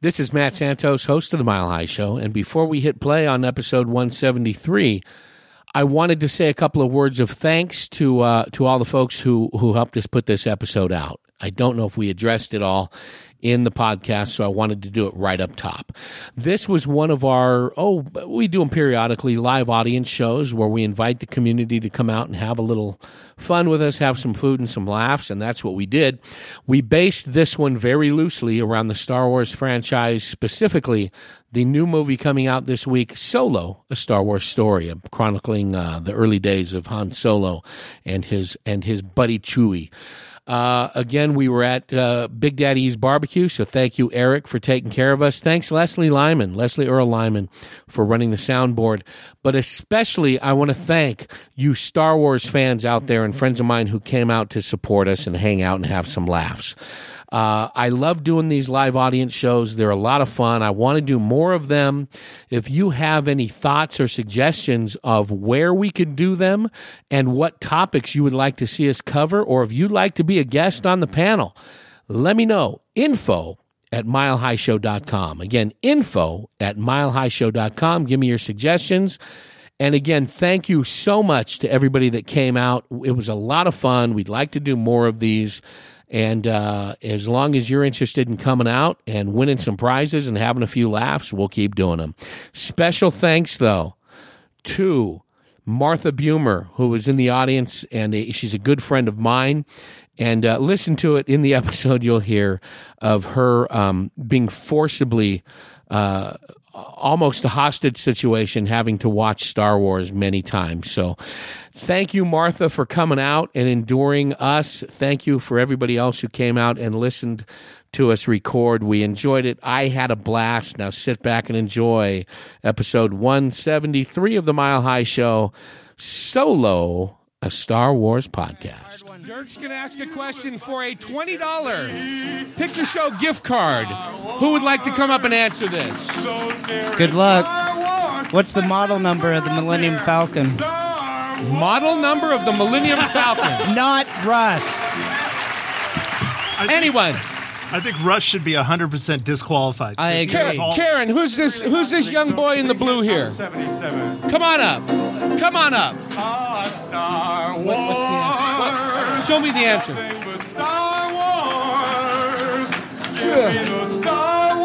This is Matt Santos, host of the Mile High Show. And before we hit play on episode 173, I wanted to say a couple of words of thanks to uh, to all the folks who who helped us put this episode out. I don't know if we addressed it all in the podcast, so I wanted to do it right up top. This was one of our oh we do them periodically live audience shows where we invite the community to come out and have a little fun with us, have some food and some laughs, and that's what we did. We based this one very loosely around the Star Wars franchise, specifically the new movie coming out this week, Solo: A Star Wars Story, chronicling uh, the early days of Han Solo and his and his buddy Chewie. Uh, again, we were at uh, Big Daddy's Barbecue, so thank you, Eric, for taking care of us. Thanks, Leslie Lyman, Leslie Earl Lyman, for running the soundboard. But especially, I want to thank you, Star Wars fans out there, and friends of mine who came out to support us and hang out and have some laughs. Uh, I love doing these live audience shows. They're a lot of fun. I want to do more of them. If you have any thoughts or suggestions of where we could do them and what topics you would like to see us cover, or if you'd like to be a guest on the panel, let me know. Info at milehighshow.com. Again, info at milehighshow.com. Give me your suggestions. And again, thank you so much to everybody that came out. It was a lot of fun. We'd like to do more of these. And uh, as long as you're interested in coming out and winning some prizes and having a few laughs, we'll keep doing them. Special thanks, though, to Martha Bumer, who was in the audience, and uh, she's a good friend of mine. And uh, listen to it in the episode, you'll hear of her um, being forcibly uh, almost a hostage situation having to watch Star Wars many times. So thank you, Martha, for coming out and enduring us. Thank you for everybody else who came out and listened to us record. We enjoyed it. I had a blast. Now sit back and enjoy episode 173 of the Mile High Show Solo, a Star Wars podcast. Dirk's going to ask a question for a $20 picture show gift card. Who would like to come up and answer this? Good luck. What's the model number of the Millennium Falcon? Model number of the Millennium Falcon. Not Russ. Anyone? I think Rush should be 100% disqualified. I Because he was agree. all- Karen, Karen, who's this? Who's this young boy in the blue here? Seventy-seven. Come on up. Come on up. Ah, Star Wars. Show me the answer. Nothing but Star Wars. Give me the Star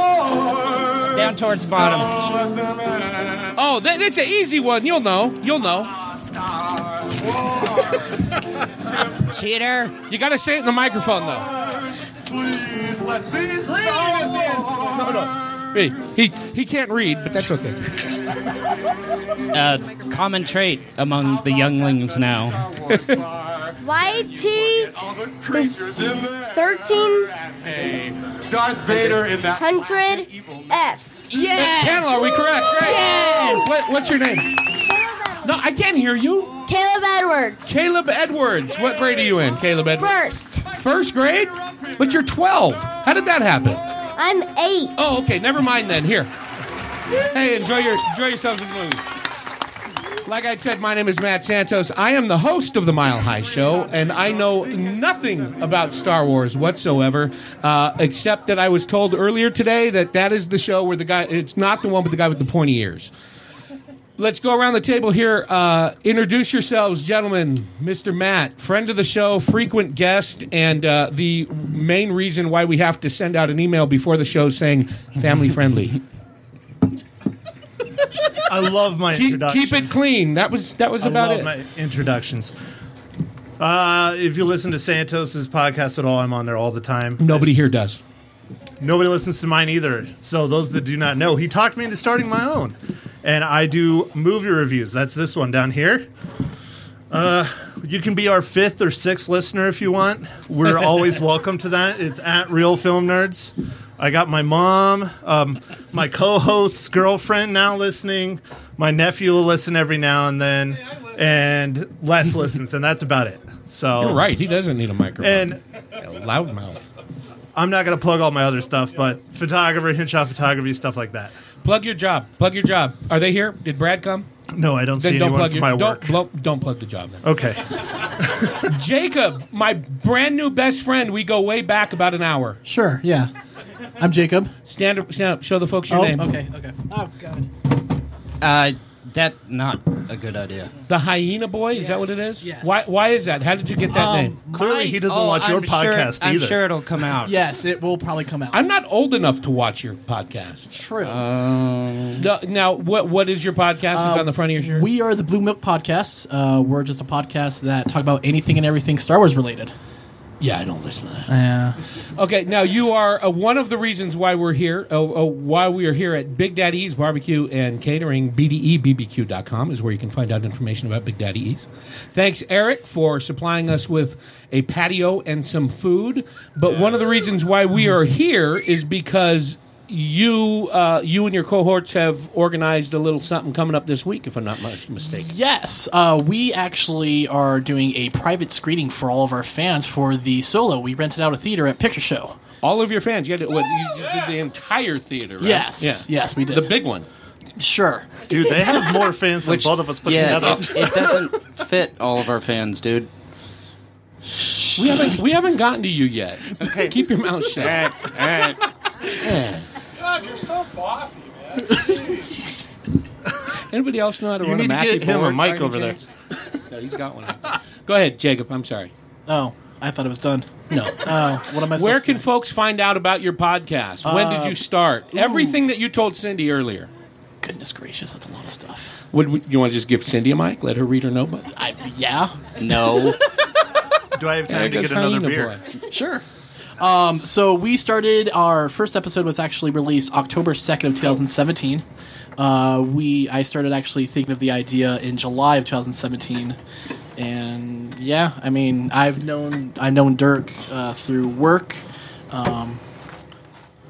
Wars. Down towards the bottom. All of them in Oh, that, that's an easy one. You'll know. You'll know. Star Wars. Cheater. You got to say it in the microphone though. Please let these Star Wars. Hey, he he can't read, but that's okay. A Uh, common trait among the younglings now. Star Wars bar. YT All the creatures in there. 1300F. At me. Darth Vader in that. Yes! Panel, are we correct? Great. What, what's your name? No, I can't hear you. Caleb Edwards. Caleb Edwards. What grade are you in, Caleb Edwards? First, First grade? But you're 12. How did that happen? I'm eight. Oh, okay. Never mind then. Here. Hey, enjoy your enjoy yourselves in the movie. Like I said, my name is Matt Santos. I am the host of the Mile High Show, and I know nothing about Star Wars whatsoever, uh, except that I was told earlier today that that is the show where the guy. It's not the one with the guy with the pointy ears. Let's go around the table here. Uh, introduce yourselves, gentlemen. Mr. Matt, friend of the show, frequent guest, and uh, the main reason why we have to send out an email before the show saying family friendly. I love my keep, introductions. keep it clean. That was that was I about love it. my introductions. Uh, if you listen to Santos's podcast at all, I'm on there all the time. Nobody It's- here does. Nobody listens to mine either. So those that do not know, he talked me into starting my own, and I do movie reviews. That's this one down here. Uh, you can be our fifth or sixth listener if you want. We're always welcome to that. It's at Real Film Nerds. I got my mom, um, my co-host's girlfriend now listening. My nephew will listen every now and then, and Les listens, and that's about it. So You're right. He doesn't need a microphone. And Loudmouth. I'm not going to plug all my other stuff, but photographer, Hinshaw photography, stuff like that. Plug your job. Plug your job. Are they here? Did Brad come? No, I don't Then see don't anyone plug for your my don't work. blow, don't plug the job. Then. okay. Jacob, my brand new best friend. We go way back about an hour. Sure, yeah. I'm Jacob. Stand up, stand up. Show the folks your Oh, name. okay, okay. Oh God. Uh, that not a good idea. The Hyena Boy. Is that what it is? yes. Um, Why? Why is that? How did you get that name? Clearly, he doesn't watch your Oh, I'm podcast sure, either. I'm sure it'll come out. Yes, it will probably come out. I'm not old enough to watch your podcast. true. uh, No- Now, what what is your podcast? it's on the front of your shirt. Uh, we are the Blue Milk Podcasts. Uh, we're just a podcast that talk about anything and everything Star Wars related. yeah, I don't listen to that. Yeah. Okay, now you are uh, one of the reasons why we're here. Oh, oh, why we are here at Big Daddy E's Barbecue and Catering. E BDEBBQ.com is where you can find out information about Big Daddy E's. Thanks, Eric, for supplying us with a patio and some food. But one of the reasons why we are here is because you, uh, you and your cohorts have organized a little something coming up this week, if I'm not much mistaken. Yes, uh, we actually are doing a private screening for all of our fans for the solo. We rented out a theater at Picture Show. All of your fans, you, had to, what, you, you did the entire theater, right? Yes, yes, we did. The big one. Sure. Dude, they have more fans than both of us put Yeah, together. it, it doesn't fit all of our fans, dude. We haven't we haven't gotten to you yet. Keep your mouth shut. Eh, all right. Yeah. God, you're so bossy, man. Anybody else know how to You run a need to Mackie get him a board by mic any over there. chance? No, he's got one. Go ahead, Jacob. I'm sorry. Oh, I thought it was done. No. Oh, what am I? Supposed Where to can say? folks find out about your podcast? when Uh, did you start? Everything that you told Cindy earlier. Goodness gracious, that's a lot of stuff. Would we, you want to just give Cindy a mic? Let her read her notebook. I, yeah, No. Do I have time There to goes get another Hyena beer? Boy. sure. Um, so we started our first episode was actually released October second of 2017. Uh, we I started actually thinking of the idea in July of 2017, and yeah, I mean I've known I've known Dirk uh, through work, um,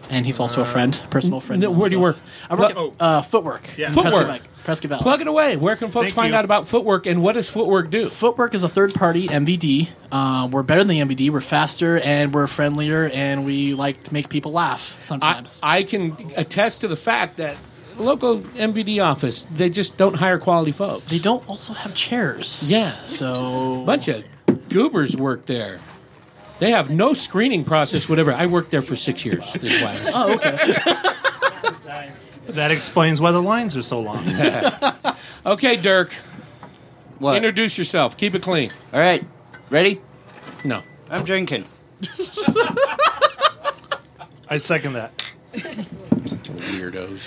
and he's also a friend, personal friend. no, where do you work? I work Oh. at uh, Footwork. Yeah. in Prescott Footwork. Valley- Prescott Valley. Plug it away. Where can folks Thank find you. out about Footwork and what does Footwork do? Footwork is a third party MVD. Um, we're better than the MVD. We're faster and we're friendlier and we like to make people laugh I, sometimes. I can attest to the fact that local MVD office they just don't hire quality folks. they don't also have chairs. Yeah. So. bunch of goobers work there. They have no screening process, whatever. I worked there for six years. Is why. Oh, okay. That explains why the lines are so long. Oh. Okay, Dirk, What? introduce yourself. Keep it clean. all right. Ready? No. I'm drinking. I second that. Weirdos.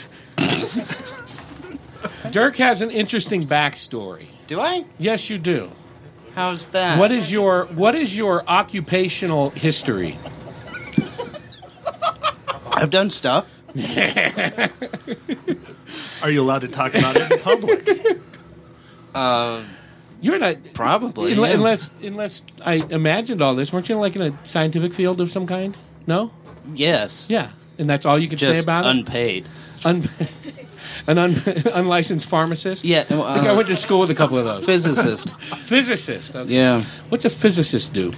Dirk has an interesting backstory. Do I? Yes, you do. How's that? What is your what is your occupational history? I've done stuff. Are you allowed to talk about it in public? You're not Probably. unle- yeah. unless unless I imagined all this. Weren't you like in a scientific field of some kind? No. yes. Yeah, and that's all you could Just say about it. unpaid. un- an un- unlicensed pharmacist. Yeah. well, I think I Uh, went to school with a couple of those. physicist. Physicist. okay. Yeah. What's a physicist do?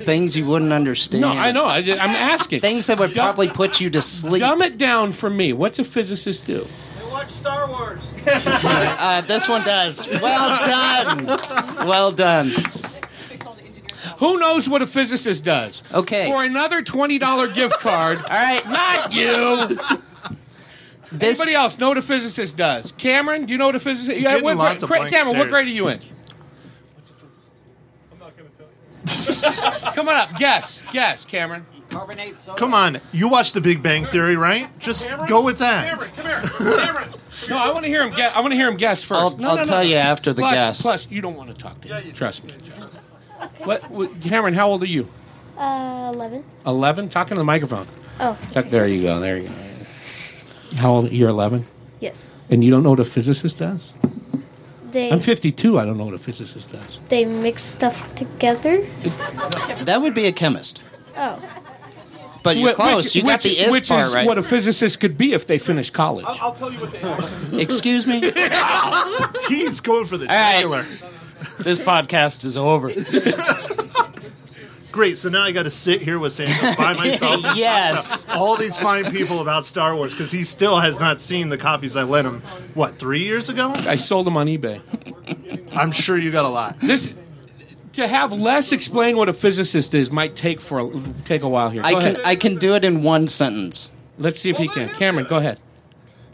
Things you wouldn't understand. No, I know. I, am asking. Things that would Dumb- probably put you to sleep. Dumb it down for me. What's a physicist do? Uh, this one does. Well done. Well done. Who knows what a physicist does? Okay. For another twenty dollar gift card. All right. Not you. This Anybody else know what a physicist does? Cameron, do you know what a physicist? Yeah, getting what, lots of Cra- blank Cameron, what stares. grade are you in? Come on up. Guess. Guess, Cameron. Carbonate soda. Come on, you watch The Big Bang Theory, right? Just go with that. Cameron, come here. Cameron. No, I want to hear him. Guess, I want to hear him guess 1st I'll- no, I'll no, no, tell no. you after the Plus- guess. Plus, you don't want to talk to him. Trust me. Justin. What, what, Cameron? How old are you? Uh, 11. Eleven. Talking to the microphone. Oh, Talk- there you go. There you go. How old? You're eleven, yes. and you don't know what a physicist does. They I'm 52. I don't know what a physicist does. they mix stuff together. that would be a chemist. Oh, But you're Wh- close. Which, you which, got the is which part is right. what a physicist could be if they finish college. Excuse me. He's going for the right. jugular. this podcast is over. Great. So now I got to sit here with Santa by myself. yes. All these fine people about Star Wars because he still has not seen the copies I lent him. What three years ago? I sold them on eBay. I'm sure you got a lot. This to have Les explain what a physicist is might take for a, take a while here. I Go can ahead. I can do it in one sentence. Let's see if he can. Cameron, go ahead.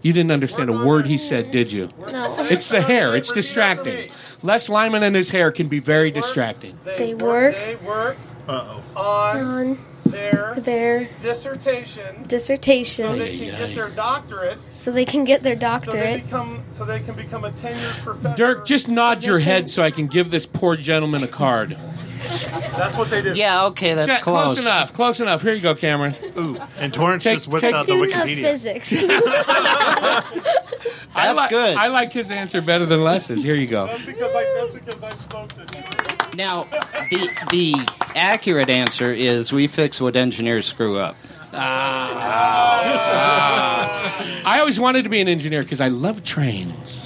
You didn't understand a word he said, did you? No, It's the hair. It's distracting. Les Lyman and his hair can be very distracting. They work. They work Uh oh. on on their their dissertation so dissertation Oh, they can Ay, ay. get their doctorate. so they can get their So they doctorate. become so they can become a tenured professor. Dirk, just nod your head so I can give this poor gentleman a card. that's what they did. Yeah, okay, that's Set- close. enough. Close enough. Here you go, Cameron. Ooh. And Torrance Take- just whips take- out the Student of Wikipedia. physics. I That's li- good. I like his answer better than Les's. Here you go. That's because I that's because I spoke this. Now, the the accurate answer is we fix what engineers screw up. I always wanted to be an engineer because I love trains.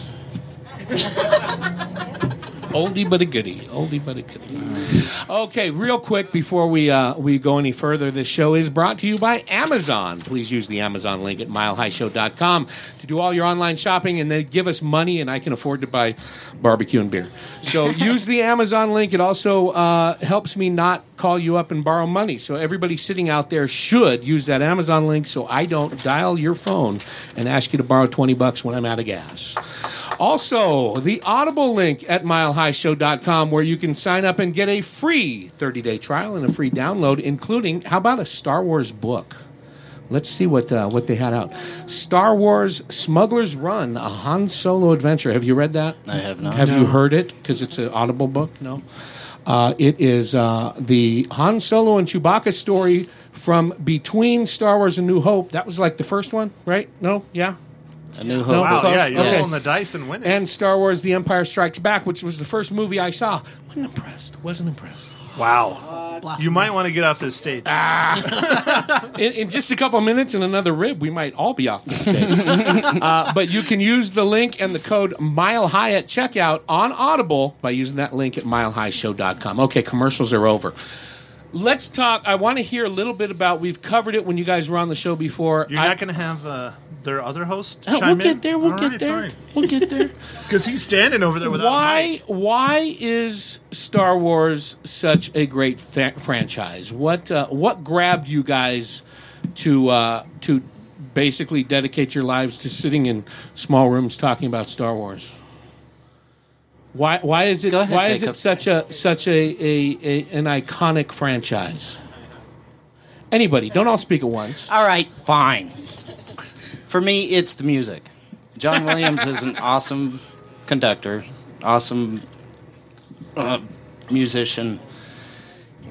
Oldie but a goodie. Oldie but a goodie. Okay, real quick before we uh, we go any further, this show is brought to you by Amazon. Please use the Amazon link at milehighshow.com to do all your online shopping, and they give us money, and I can afford to buy barbecue and beer. So use the Amazon link. It also uh, helps me not call you up and borrow money. So everybody sitting out there should use that Amazon link so I don't dial your phone and ask you to borrow 20 bucks when I'm out of gas. Also, the Audible link at milehighshow.com where you can sign up and get a free 30 day trial and a free download, including how about a Star Wars book? Let's see what uh, what they had out. Star Wars Smuggler's Run, a Han Solo adventure. Have you read that? I have not. Have you heard it? Because it's an Audible book. No, uh, it is uh, the Han Solo and Chewbacca story from between Star Wars and New Hope. That was like the first one, right? No, yeah, A new hope. No, Wow, Close. Oh, yeah, you're Okay. rolling the dice and winning. and Star Wars: The Empire Strikes Back, which was the first movie I saw. wasn't impressed. wasn't impressed. wow. you might want to get off this stage. In, in just a couple minutes and another rib, we might all be off the stage. uh, but you can use the link and the code Mile High at checkout on Audible by using that link at milehighshow.com. Okay, commercials are over. Let's talk. I want to hear a little bit about. We've covered it when you guys were on the show before. You're I- not going to have uh, their other host Oh, chime we'll in? get there. We'll All get right, there. fine. We'll get there. Because he's standing over there without a why mic. why is Star Wars such a great fa- franchise? What uh, what grabbed you guys to uh, to basically dedicate your lives to sitting in small rooms talking about Star Wars? Why why is it Go ahead, why is it Jacob. such a such a, a, a an iconic franchise? Anybody, don't all speak at once. All right, fine. For me, it's the music. John Williams is an awesome conductor, awesome uh, musician,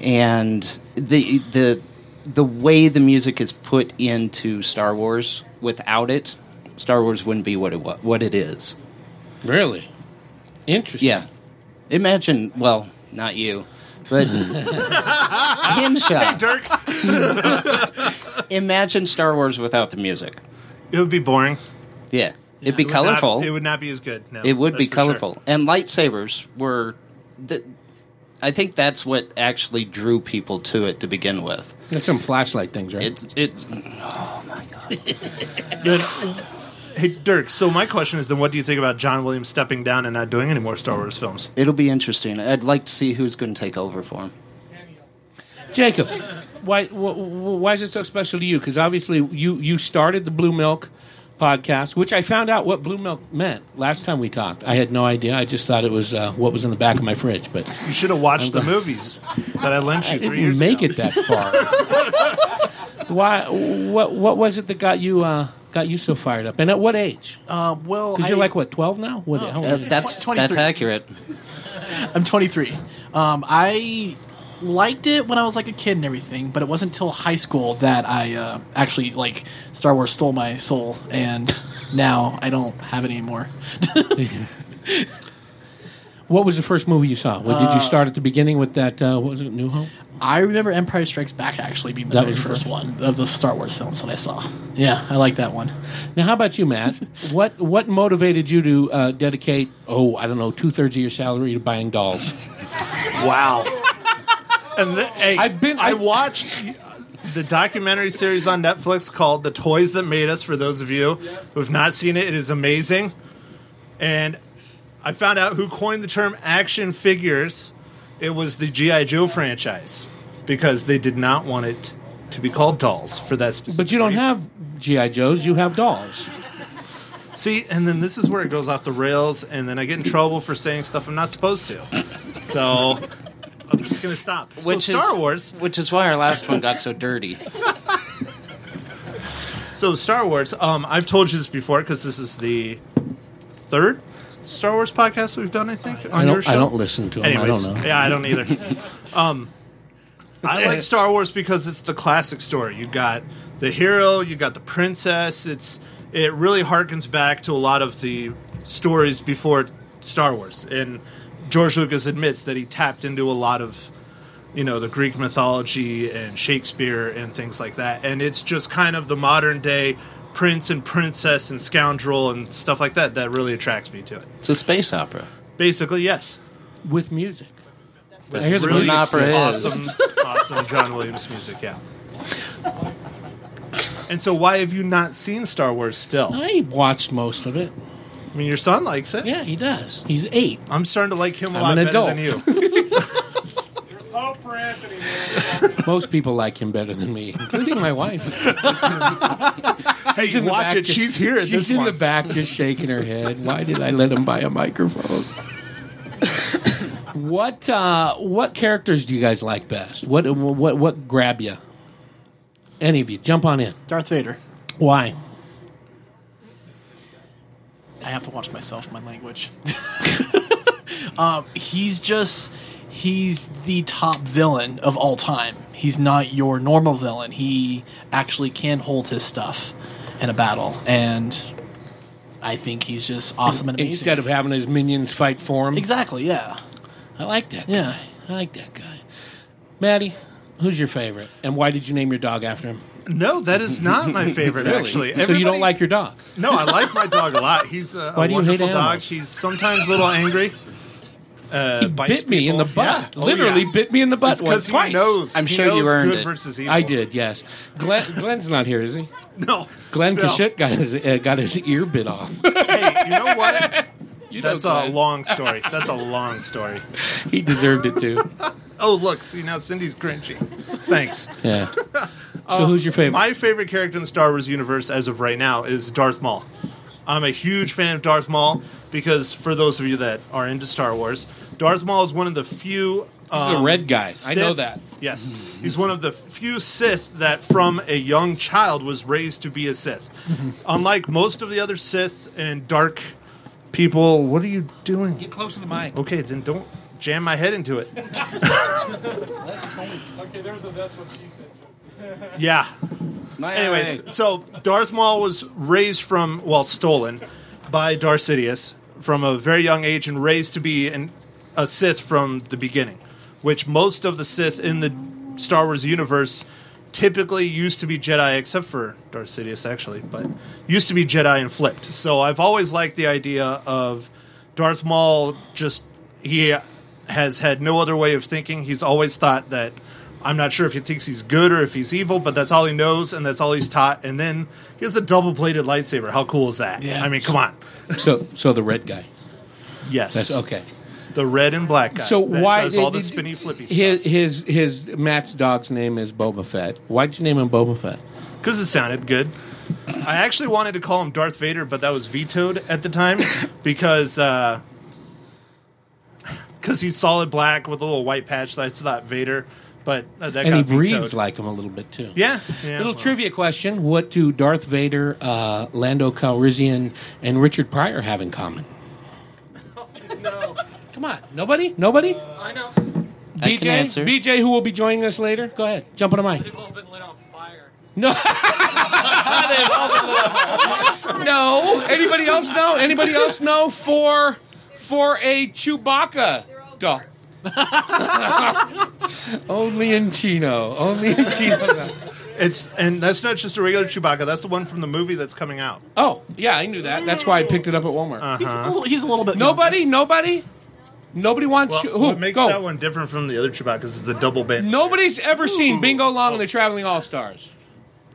and the the the way the music is put into Star Wars. Without it, Star Wars wouldn't be what it wa- what it is. Really? Interesting. Yeah, imagine. Well, not you, but Henshaw. Dirk, Imagine Star Wars without the music. it would be boring. Yeah, it'd be It would not- colorful. it would not be as good. No, It would that's be for sure. colorful. And lightsabers were. The, I think that's what actually drew people to it to begin with. That's some flashlight things, right? It's it's Then, hey, Dirk, so my question is then what do you think about John Williams stepping down and not doing any more Star Wars films? it'll be interesting. I'd like to see who's going to take over for him. Jacob, why wh- wh- why is it so special to you? Because obviously you you started the Blue Milk podcast, which I found out what Blue Milk meant last time we talked. I had no idea. I just thought it was uh, what was in the back of my fridge, but You should have watched the movies that I lent you I three didn't years make ago. it that far. why? What what was it that got you uh, got you so fired up? And at what age? Um, well, Because I- you're like what twelve now? What? how old Uh, are you? that's Twen- that's 23. accurate. I'm 23. Um, I liked it when I was like a kid and everything, but it wasn't until high school that I uh, actually like Star Wars stole my soul, and now I don't have it anymore. what was the first movie you saw? What, did you start at the beginning with that? Uh, what was it? New Hope. I remember Empire Strikes Back actually being the That very was the first first. one of the Star Wars films that I saw. Yeah, I like that one. Now, how about you, Matt? what what motivated you to uh, dedicate? Oh, I don't know, two thirds of your salary to buying dolls. Wow. And the, hey, I've been- I I- watched the documentary series on Netflix called "The Toys That Made Us." For those of you who have not seen it, it is amazing. And I found out who coined the term action figures it was the GI Joe franchise because they did not want it to be called dolls for that specific. But you don't reason. have GI Joes. You have dolls. See, and then this is where it goes off the rails, and then I get in trouble for saying stuff I'm not supposed to. So I'm just gonna stop. Which so Star is, Wars. which is why our last one got so dirty. So Star Wars. Um, I've told you this before because this is the third Star Wars podcast we've done. I think on I your don't. show. I don't listen to them. Anyways, I don't know. yeah, I don't either. um, I like Star Wars because it's the classic story. You got the hero, you got the princess. It's it really harkens back to a lot of the stories before Star Wars, and George Lucas admits that he tapped into a lot of you know the Greek mythology and Shakespeare and things like that, and it's just kind of the modern day prince and princess and scoundrel and stuff like that that really attracts me to it. It's a space opera. Basically, yes. With music. I hear That's the really music. opera is. awesome, awesome John Williams music. Yeah. And so, why have you not seen Star Wars still? I watched most of it. I mean, your son likes it. Yeah, he does. He's eight. I'm starting to like him a I'm lot an better than adult. you. There's hope for Anthony. Most people like him better than me, including my wife. hey, in the watch back it. just- She's here at She's this in one. the back just shaking her head. Why did I let him buy a microphone? what uh, what characters do you guys like best? What what what grab you? Any of you, jump on in. Darth Vader. Why? I have to watch myself, my language. um, he's just, he's the top villain of all time. He's not your normal villain. He actually can hold his stuff in a battle. And I think he's just awesome and amazing. Instead of having his minions fight for him, Exactly, yeah. I like that. Guy. Yeah. I like that guy. Maddie, who's your favorite, and why did you name your dog after him? No, that is not my favorite. Actually, so you Everybody- don't like your dog? No, I like my dog a lot. He's a, a Why do you hate wonderful dog. animals? He's sometimes a little angry. Uh, bites bit me in people. the butt. Yeah. Oh, Literally yeah. bit me in the butt It's once, because he twice. knows. I'm he sure you knows earned good it. Versus evil. I did, yes. Glenn, Glenn's not here, is he? No, Glenn no. Kashut got his uh, got his ear bit off. Hey, you know what? You know That's a Glenn. long story. That's a long story. He deserved it too. Oh, look, see now Cindy's cringy. Thanks. Yeah. So who's your favorite? Uh, My favorite character in the Star Wars universe as of right now is Darth Maul. I'm a huge fan of Darth Maul because for those of you that are into Star Wars, Darth Maul is one of the few um, He's the red guy. I know Sith- that. Yes. He's one of the few Sith that from a young child was raised to be a Sith. Mm-hmm. Unlike most of the other Sith and dark people, what are you doing? Get close to the mic. Okay, then don't jam my head into it. Okay, there's a that's what she said. Yeah. Anyways, so Darth Maul was raised from, well, stolen by Darth Sidious from a very young age and raised to be an, a Sith from the beginning, which most of the Sith in the Star Wars universe typically used to be Jedi, except for Darth Sidious, actually, but used to be Jedi and flipped. So I've always liked the idea of Darth Maul just, he has had no other way of thinking. He's always thought that I'm not sure if he thinks he's good or if he's evil, but that's all he knows and that's all he's taught. And then he has a double bladed lightsaber. How cool is that? Yeah. I mean, come on. So so the red guy. Yes. That's okay. The red and black guy. So that why does all the spinny flippy his, stuff? His his Matt's dog's name is Boba Fett. Why'd you name him Boba Fett? Because it sounded good. I actually wanted to call him Darth Vader, but that was vetoed at the time because uh, cause he's solid black with a little white patch. That's not Vader, but uh, that And he got breathes vetoed. like him a little bit too. yeah, yeah. Little well, trivia question: What do Darth Vader, uh, Lando Calrissian, and Richard Pryor have in common? No, Uh, Come on, nobody, nobody. I know. BJ, can answer. BJ, who will be joining us later. Go ahead, jump on the mic. They've all been lit on fire. No, no. Anybody else know? Anybody else know for for a Chewbacca doll? only in Chino. Only in Chino. It's and that's not just a regular Chewbacca. That's the one from the movie that's coming out. Oh, yeah, I knew that. That's why I picked it up at Walmart. Uh-huh. He's, a little, he's a little bit. Nobody, nobody, nobody wants Well, you. Who? what makes Go. that one different from the other Chewbacca's is the double band. Nobody's ever seen Bingo Long and Oh. the Traveling All Stars.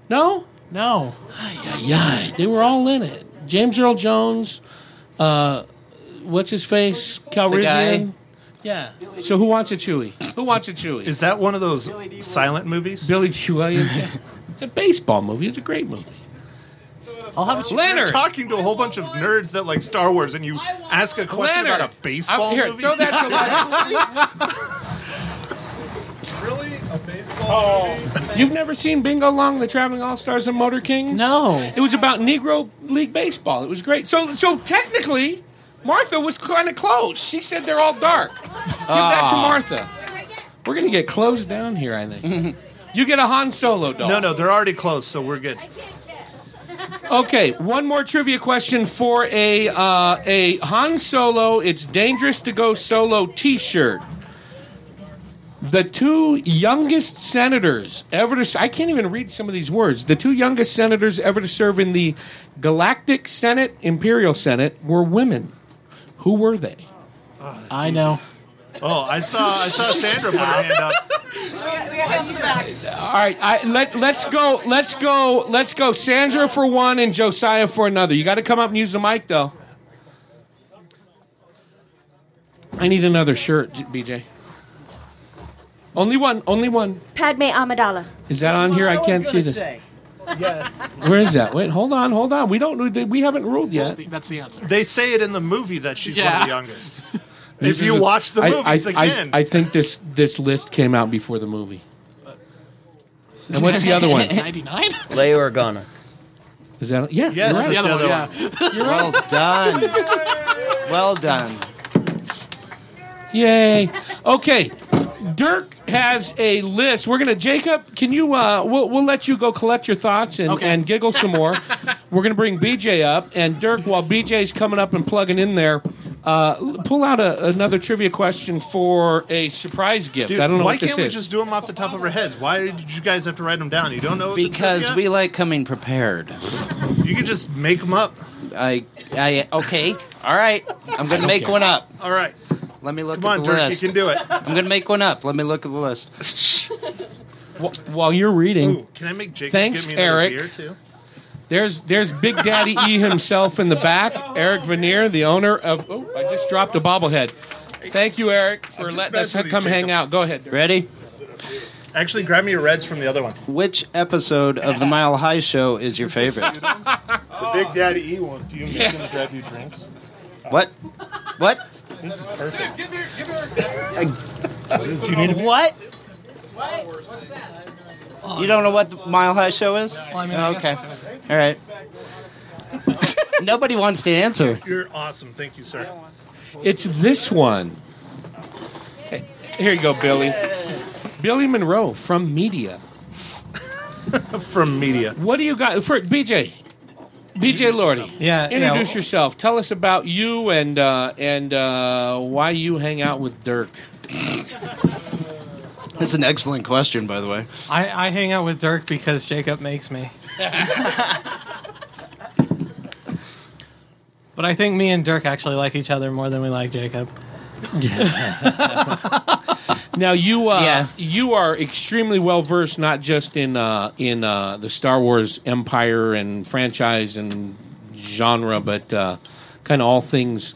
No. No. Yeah, yeah, they were all in it. James Earl Jones, uh, what's his face? Calrissian. guy. Yeah. So who wants a Chewy? Who wants a Chewy? Is that one of those silent movies? Billy D. Williams. Yeah. it's a baseball movie. It's a great movie. I'll have a Leonard. Talking to a whole bunch of nerds that like Star Wars, and you ask a question Leonard. about a baseball I'm- here, movie. throw that to Leonard. Really? A baseball movie? Oh. You've never seen Bingo Long, the Traveling All Stars and Motor Kings? No. It was about Negro League baseball. It was great. So, so technically, Martha was kind of close. She said they're all dark. Give that Ah. to Martha. We're gonna get closed down here. I think. you get a Han Solo doll. No, no, they're already close, so we're good. Okay, one more trivia question for a uh, a Han Solo. It's dangerous to go solo T-shirt. The two youngest senators ever to I can't even read some of these words. The two youngest senators ever to serve in the Galactic Senate, Imperial Senate, were women. Who were they? I know. Oh, I saw, I saw Sandra put her hand up. All right, I, let let's go. Let's go. Let's go. Sandra for one and Josiah for another. You got to come up and use the mic though. I need another shirt, J- BJ. Only one. Only one. Padme Amidala. Is that on here? I can't see this. Where is that? Wait, hold on, hold on. We don't. We haven't ruled yet. That's the answer. They say it in the movie that she's one Yeah. of the youngest. if you watch the I- movies I, I, again, I think this this list came out before the movie. And what's the other one? 99? Leia Organa. Is that yeah? yes, you're right. that's The the other one, other yeah. one. Well done. Well done. Yay. Okay. Dirk has a list. We're going to, Jacob, can you, uh, we'll, we'll let you go collect your thoughts and, Okay. and giggle some more. We're going to bring BJ up. And Dirk, while BJ's coming up and plugging in there, uh, l- pull out a, another trivia question for a surprise gift. Dude, I don't know why what this can't is. we just do them off the top of our heads? Why did you guys have to write them down? You don't know what the Because we trivia- like coming prepared. you can just make them up. I, I, okay. All right. I'm going to make one up. All right, Let me look come on, at the Dirk, list. you can do it. I'm going to make one up. Let me look at the list. Wh- while you're reading, Ooh, can I make Jacob Thanks, give me another Eric. beer too? There's there's Big Daddy E himself in the back, Eric Veneer, the owner of. Oh, I just dropped a bobblehead. Thank you, Eric, for just letting us messing with you, come hang Jacob. out. Go ahead. Dirk. Ready? Actually, grab me your reds from the other one. Which episode of the Mile High Show is your favorite? The Big Daddy E one. Do you make him grab you drinks? What? What? This is perfect. Uh, What? You don't know what the Mile High Show is? okay. All right. Nobody wants to answer. You're awesome, thank you, sir. It's this one. Hey, Here you go, Billy. Billy Monroe from Media. From media, What do you got for BJ? BJ Lordy. Yeah, Introduce yeah. yourself. Tell us about you and uh, and uh, why you hang out with Dirk. That's an excellent question, by the way. I, I hang out with Dirk because Jacob makes me. but I think me and Dirk actually like each other more than we like Jacob. Now you uh, Yeah. you are extremely well versed not just in uh, in uh, the Star Wars empire and franchise and genre, but uh, kind of all things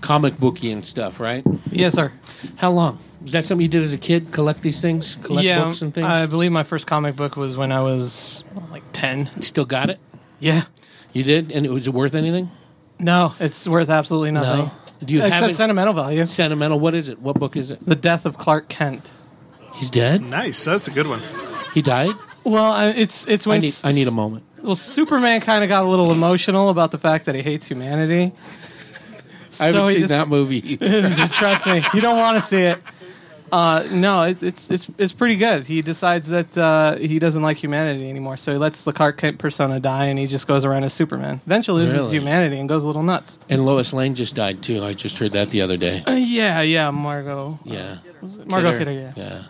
comic booky and stuff, right? Yes, sir. How long? Is that something you did as a kid? Collect these things, collect yeah, books and things. I believe my first comic book was when I was like ten. Still got it. Yeah. You did, and it was it worth anything? No, it's worth absolutely nothing. Do you have Except it? sentimental value. sentimental? What is it? What book is it? The death of Clark Kent. He's dead. nice. That's a good one. He died. Well, I, it's it's when I need. I need a moment. Well, Superman kind of got a little emotional about the fact that he hates humanity. I haven't So he seen just- that movie. Trust me, you don't want to see it. Uh, no, it, it's it's it's pretty good. He decides that uh, he doesn't like humanity anymore, so he lets the Clark Kent persona die, and he just goes around as Superman. Eventually, loses Really? humanity and goes a little nuts. and Lois Lane just died too. I just heard that the other day. Uh, yeah, yeah, Margot, Yeah. Margot Kidder. Yeah. Yeah.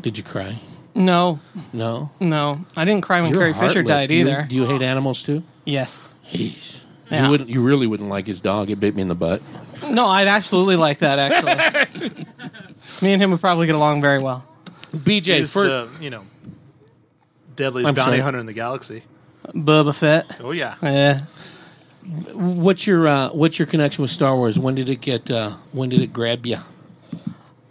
Did you cry? No, No. no, I didn't cry when You're Carrie Fisher heartless. died Do you- either. Do you hate animals too? yes. Jeez. Yeah. You wouldn't. You really wouldn't like his dog. It bit me in the butt. No, I'd absolutely like that. Actually, me and him would probably get along very well. BJ He's for the you know deadliest I'm bounty sorry. hunter in the galaxy. Bubba Fett. Oh yeah, Yeah. what's your uh, what's your connection with Star Wars? When did it get? Uh, when did it grab you?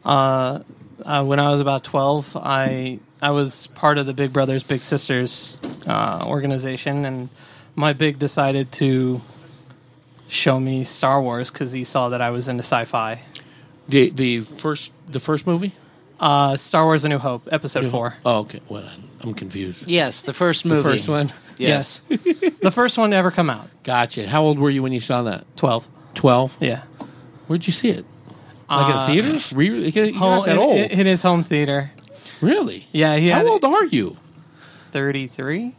uh, uh, when I was about twelve, I I was part of the Big Brothers Big Sisters uh, organization, and my big decided to show me Star Wars because he saw that I was into sci-fi. The the first the first movie. Uh, Star Wars: A New Hope, Episode Four. Oh, okay. Well, I'm- I'm confused. Yes, the first movie. First one. Yes. the first one to ever come out. Gotcha. How old were you when you saw that? Twelve. Twelve. Yeah. Where'd you see it? Like Uh, at theaters? Were you, you're Home, not that old, In, in his home theater. really? Yeah, he had How old are you? Thirty-three.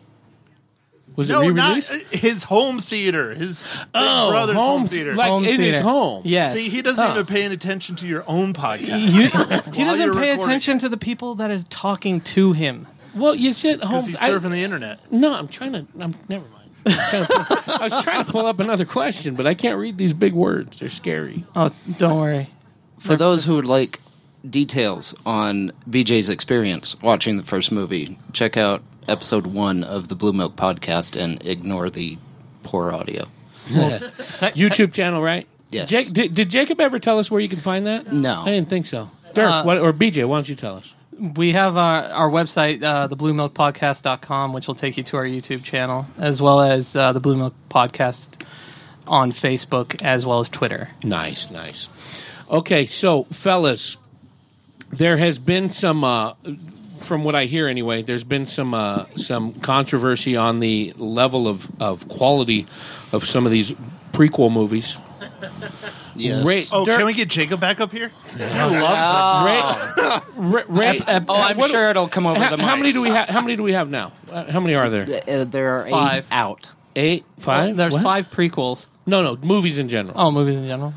Was it No, not re-released? uh, his home theater. His big Oh, brother's home, home- theater. like- home in his theater. home. Yes. See, he doesn't Huh. even pay any attention to your own podcast. You- he you're doesn't pay recording. attention to the people that are talking to him. Well, you said home. Because he's I- surfing the internet. no, I'm trying to. I'm never mind. I'm trying to pull- I was trying to pull up another question, but I can't read these big words. They're scary. Oh, don't worry. For those who would like details on BJ's experience watching the first movie, check out episode one of the Blue Milk podcast and ignore the poor audio. YouTube channel, right? Yes. Jake, did, did Jacob ever tell us where you can find that? No. I didn't think so. Dirk, Uh, what, or BJ, why don't you tell us? We have our, our website, uh, thebluemilkpodcast.com, which will take you to our YouTube channel, as well as uh, the Blue Milk Podcast on Facebook, as well as Twitter. Nice, nice. Okay, so fellas, there has been some, uh, from what I hear anyway, there's been some uh, some controversy on the level of, of quality of some of these prequel movies. Yes. Ray, Oh, Dirk- can we get Jacob back up here? I love Ray, Ray, Ray- Oh, I'm what- sure it'll come over how, the mics. how many do we have? How many do we have now? Uh, how many are there? Uh, there are Five. eight out. Eight, five. There's What? five prequels. No, no, movies in general. Oh, movies in general.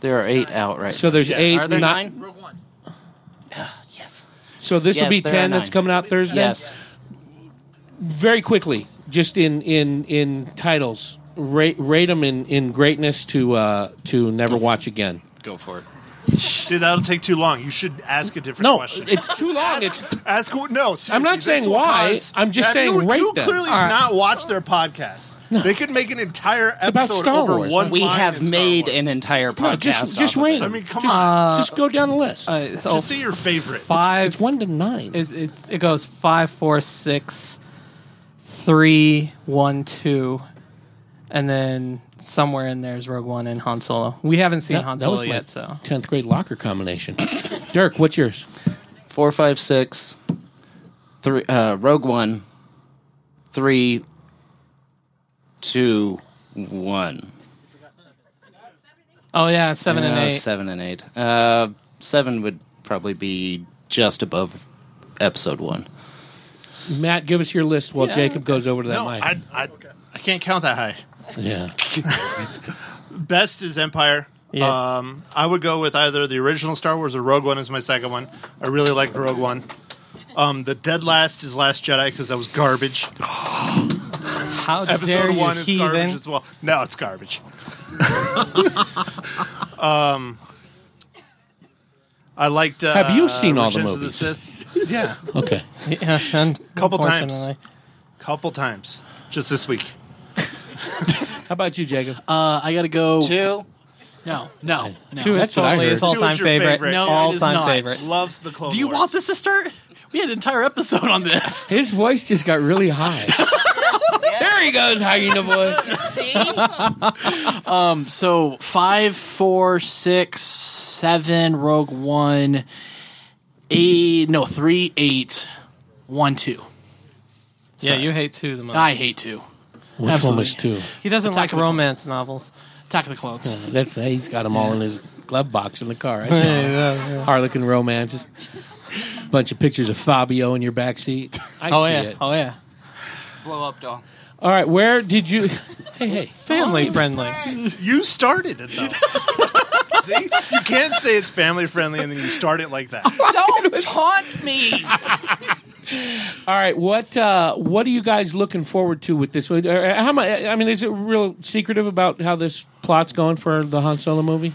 There are eight out right So there's eight. now. Are there not- nine? Yes. So this will Yes, be there are ten that's nine. coming out Thursday. Yes. very quickly, just in in in titles, rate, rate them in in greatness to uh to never watch again. Go for it. Dude, that'll take too long. You should ask a different No, question. it's too long. It's, ask who- no. Seriously, I'm not this saying will why, cause- I'm just Have saying you, rate you them. clearly All right. not watch their podcast. They could make an entire about episode Star over Wars. one. We line have in Star made Wars. an entire podcast. no, just just off of it. rate. I 'em. mean, come just, on. just go down the list. Uh, so Just see your favorite. five. it's one to nine. It's, it's it goes five, four, six, three, one, two, and then somewhere in there is Rogue One and Han Solo. We haven't seen That- Han that Solo was my yet, so tenth grade locker combination. Dirk, what's yours? Four, five, six, three, uh, Rogue One, three, two, one. oh yeah, seven and Uh, eight. Seven and eight. Uh, seven would probably be just above episode one. Matt, give us your list while Jacob goes over to that no, mic. I, I, I can't count that high. yeah, Best is Empire. Yeah. Um, I would go with either the original Star Wars or Rogue One is my second one. I really like Rogue One. Um, the dead last is Last Jedi because that was garbage. How dare Episode you, one is garbage heathen? as well. No, it's garbage. um, I liked. Uh, Have you seen all the Revenge of movies? Sith. yeah, okay. Yeah, and Couple times. unfortunately. couple times just this week. How about you, Jacob? Uh, I got to go. Two. No, no, no. Two is That's what I totally heard. his Two is all time your favorite. favorite. No, it all is time not. favorite. Loves the Clone Do you Wars. want this to start? We had an entire episode on this. His voice just got really high. there he goes, hyena voice. So five, four, six, seven, Rogue One, eight, no, three, eight, one, two. Yeah, you hate two the most. I hate two. Which one was two? he doesn't Attack like of the Clones. romance novels. Attack of the Clones. That's he's got them all in his glove box in the car. I saw Harlequin romances, bunch of pictures of Fabio in your back seat. I Oh see yeah, it. oh yeah. Blow up doll. All right, where did you? Hey, hey, Family friendly. You started it though. See, you can't say it's family friendly and then you start it like that. Don't taunt me. All right, what uh, what are you guys looking forward to with this? Or uh, How mu- I mean, is it real secretive about how this plot's going for the Han Solo movie,